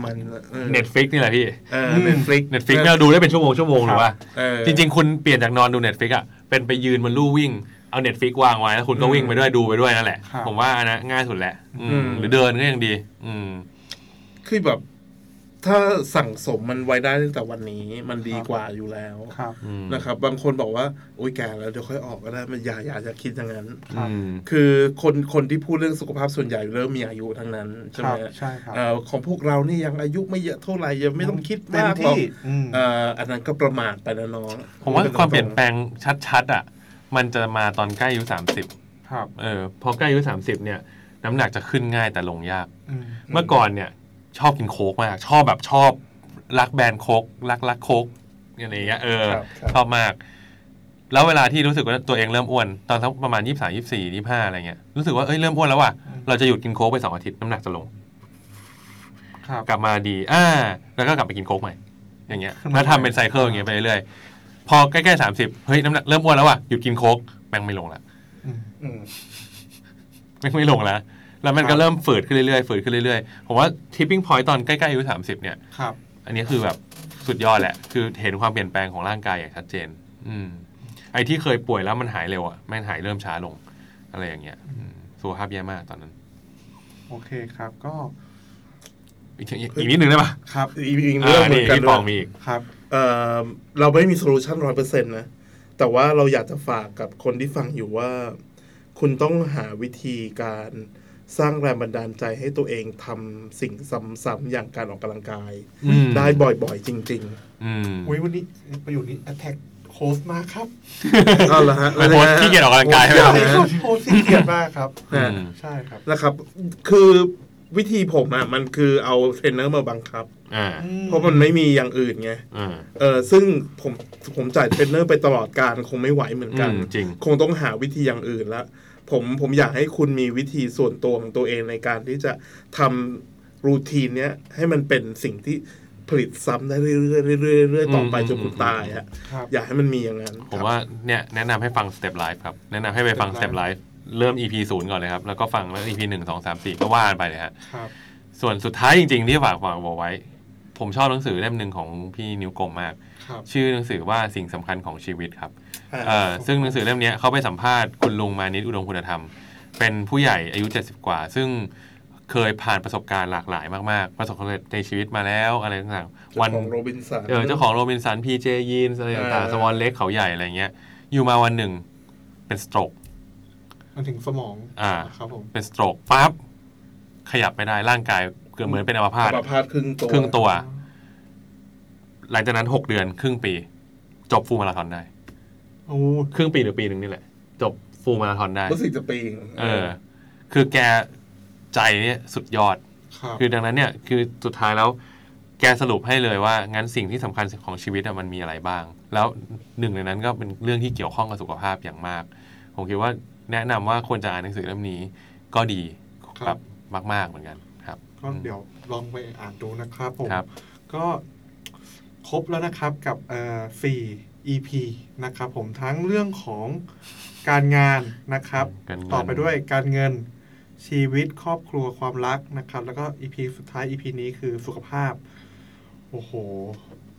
มันออ
Netflix นี่แหละพี่
เออเน็ตฟลิก
Netflix เราดูได้เป็นชั่วโมงชั่วโมงหรือว่า จริง ๆ คุณเปลี่ยนจากนอนดู Netflix อ่ะ เป็นไปยืนบนลู่วิ่ง เอา Netflix วางไว้แล้วคุณก็
อืม
วิ่งไปด้วยดูไปด้วยนั่นแหละ
ครับ
ผมว่าอันนะง่ายสุดแหละ อืม
อืม
หรือเดินก็ยังดี อืม
ๆคือแบบ ถ้าสั่งสมมันไว้ได้ตั้งแต่วันนี้มันดีกว่าอยู่แล้ว
ครับ
อืม
นะครับ บางคนบอกว่าโอ๊ยแก่แล้วเดี๋ยวค่อยออกก็ได้มันอย่าอย่าจะคิดอย่างนั้น
ครับ
อืม
คือคนคนที่พูดเรื่องสุขภาพส่วนใหญ่เริ่มมีอายุทั้งนั้น
ค
ใช่ไหม
รับใช่ครับ
เอ่อของพวกเรานี่ยังอายุไม่เยอะเท่าไหร่ยังไม่ต้องคิด
เต็ม
มากหรอ
ที่
ก
อืม
เอ่ออันนั้นก็ประมาทไปนะน้อง
ผมว่าความเปลี่ยนแป
ลง
ลงชัดๆ อ่ะ มันจะมาตอนใกล้อายุสามสิบ
ครับ
เออ พอใกล้อายุสามสิบเนี่ย น้ำหนักจะขึ้นง่ายแต่ลงยาก
อืม
เมื่อก่อนเนี่ย ชอบกินโค้กมาก ชอบแบบชอบ รักแบรนด์โค้กรักรักโค้กอะไรอย่างเงี้ยเออ
ครับครับ
ชอบมาก แล้วเวลาที่รู้สึกว่าตัวเองเริ่มอ้วน ตอนสักประมาณยี่สามยี่สี่ยี่ห้าอะไรเงี้ยรู้สึกว่าเอ้ยเริ่มอ้วนแล้วว่ะ
อืม
เราจะหยุดกินโค้กไปสองอาทิตย์น้ำหนักจะลง
ครับ
กลับมาดีอ่าแล้วก็กลับไปกินโค้กใหม่ อย่างเงี้ย
[LAUGHS]
ขึ้นมา
แล้วทำเป็นไซเคิลอย่างเงี้ยไปเรื่อยๆพอใกล้ๆสามสิบเฮ้ยน้ำหนักเริ่มอ้วนแล้วว่ะหยุดกินโค้กแม่งไม่ลงละ
อืม
อืม
แม่งไม่ลงละแล้วมัน
ครั
ก็
บ
เริ่มฝืดขึ้นเรื่อยๆฝืดขึ้นเรื่อยๆผมว่าทิปปิ้งพอยต์ตอนใกล้ๆอายุสามสิบเนี่ย
ครับ
อันนี้คือแบบสุดยอดแหละ คือเห็นความเปลี่ยนแปลงของร่างกายอย่างชัดเจน อืม ไอ้ที่เคยป่วยแล้วมันหายเร็วอะแม่งหายเริ่มช้าลง อะไรอย่างเงี้ยอืมสุขภาพแย่มากตอนนั้น
โอเคครับ ก็
อีกอีกอีกนิดนึงได้ปะ
ครับ
อีกอีกเรื่อง
า
เหมือนกัน
พี่
ด้
ป
ว
อง
ย
มีอีก
ครับ
เอ่อเราไม่มีโซลูชันร้อยเปอร์เซ็นต์นะ แต่ว่าเราอยากจะฝากกับคนที่ฟังอยู่ว่า คุณต้องหาวิธีการสร้างแรงบันดาลใจให้ตัวเองทำสิ่งซ้ำๆอย่างการออกกำลังกาย
อืม
ได้บ่อยๆจริง ๆ
อืม
อุ้ยวันนี้ประโยคนี้ attack โค โฮสต์มาครับ
เอาละฮะ
โพสต์ที่เกียจออกกำลังกายใช่ไหมครับ
โอ้โหโฮสต์ที่เกียจมากครับ
ฮะ
อืม
ใช่ครับ
นะครับ คือวิธีผมอ่ะมันคือเอาเทรนเนอร์มาบังคับ
อ่า
เพราะมันไม่มีอย่างอื่นไง
อ่า
เออซึ่งผมผมจ่ายเทรนเนอร์ไปตลอดการคงไม่ไหวเหมือนกัน
อืมจริง
คงต้องหาวิธีอย่างอื่นละผมผมอยากให้คุณมีวิธีส่วนตัวของตัวเองในการที่จะทำรูทีนเนี้ยให้มันเป็นสิ่งที่ผลิตซ้ำได้เรื่อยๆเรื่อยๆเรื่อยๆต่อไปจนคุณตายฮะ
ครับ
อยากให้มันมีอย่างนั้น
ผมว่าเนี่ยแนะนำให้ฟัง Step Life ครับ แนะนำให้ไปฟัง Step
Step
Life เริ่ม EP ศูนย์ก่อนเลยครับ แล้วก็ฟังแล้ว EP หนึ่งสองสามสี่ก็ว่ากันไปเลยฮะ
ครับ
ส่วนสุดท้ายจริงๆ ที่ฝากฝากบอกไว้ ผมชอบหนังสือเล่มหนึ่งของพี่นิ้วกลมมาก
ครับ
ชื่อหนังสือว่าสิ่งสำคัญของชีวิตครับ
ครับ
เอ่อซึ่งหนังสือเล่มเนี้ยเขาไปสัมภาษณ์คุณลุงมานิดอุดมคุณธรรม เป็นผู้ใหญ่อายุ 70 กว่า ซึ่งเคยผ่านประสบการณ์หลากหลายมากๆ ประสบความสำเร็จในชีวิตมาแล้วอะไรต่างๆวั
วัน นของโรบินสัน
เออเจ้าของโรบินสันพีเจยีนอะไรต่าง
เออ
ๆสวอนเล็กเขาใหญ่อะไรเงี้ย อยู่มาวันหนึ่งเป็นสโตรก
มันถึงสมอง
อ่า
ครับผม
เป็นสโตรกปั๊บขยับไม่ได้ร่างกายเกือบเหมือนเป็นอัมพาต
อัมพาตครึ่งตัว
ครึ่งตัว หลังจากนั้นหกเดือนครึ่งปี จบฟูลมาราธอนได้
โอ้
ครึ่งปีหรือปีหนึ่งนี่แหละ จบฟูลมาราธอนได้
รู้สึกจะปีง
เออ คือแกใจเนี่ยสุดยอด
ครับ
คือดังนั้นเนี่ยคือสุดท้ายแล้วแกสรุปให้เลยว่างั้นสิ่งที่สำคัญของชีวิตอะมันมีอะไรบ้าง แล้วหนึ่งในนั้นก็เป็นเรื่องที่เกี่ยวข้องกับสุขภาพอย่างมาก ผมคิดว่าแนะนำว่าควรจะอ่านหนังสือเล่มนี้ก็ดีครับมาก ๆเหมือนกันครับ
ก็เดี๋ยวลองไปอ่านดูนะครับผม
ครับ
ก็ครบแล้วนะครับกับเอ่อสี่ EP นะครับผมทั้งเรื่องของการงานนะครับ
กันเงิน
ต่อไปด้วยการเงินชีวิตครอบครัวความรักนะครับ แล้วก็ EP สุดท้าย EP นี้คือสุขภาพ โอ้โห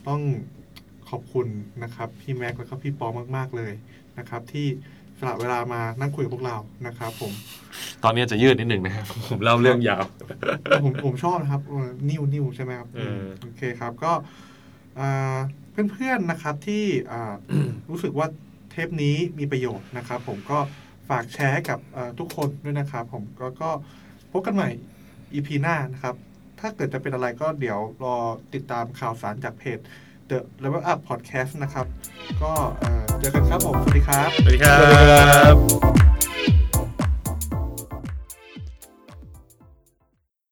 ต้องขอบคุณนะครับพี่แม็กซ์แล้วก็พี่ปอมากๆเลยนะครับ ที่สละเวลามานั่งคุยกับพวกเรานะครับ ผม
ตอนนี้จะยืดนิดหนึ่งนะครับ ผมเล่าเรื่องยาว
[LAUGHS] ผมผมชอบนะครับเออนิ่วนิ่วใช่ไหมครับ
เอออื
มโอเคครับก็อ่าเพื่อนๆนะครับที่อ่า [COUGHS] รู้สึกว่าเทปนี้มีประโยชน์นะครับ ผมก็ฝากแชร์ให้กับเอ่อทุกคนด้วยนะครับ ผมก็ก็พบกันใหม่ EP หน้านะครับ ถ้าเกิดจะเป็นอะไรก็เดี๋ยวรอติดตามข่าวสารจากเพจ The Level Up Podcast นะครับ ก็เอ่อเจอกันครับผม สวัสดีครับ
สวัสดีครับ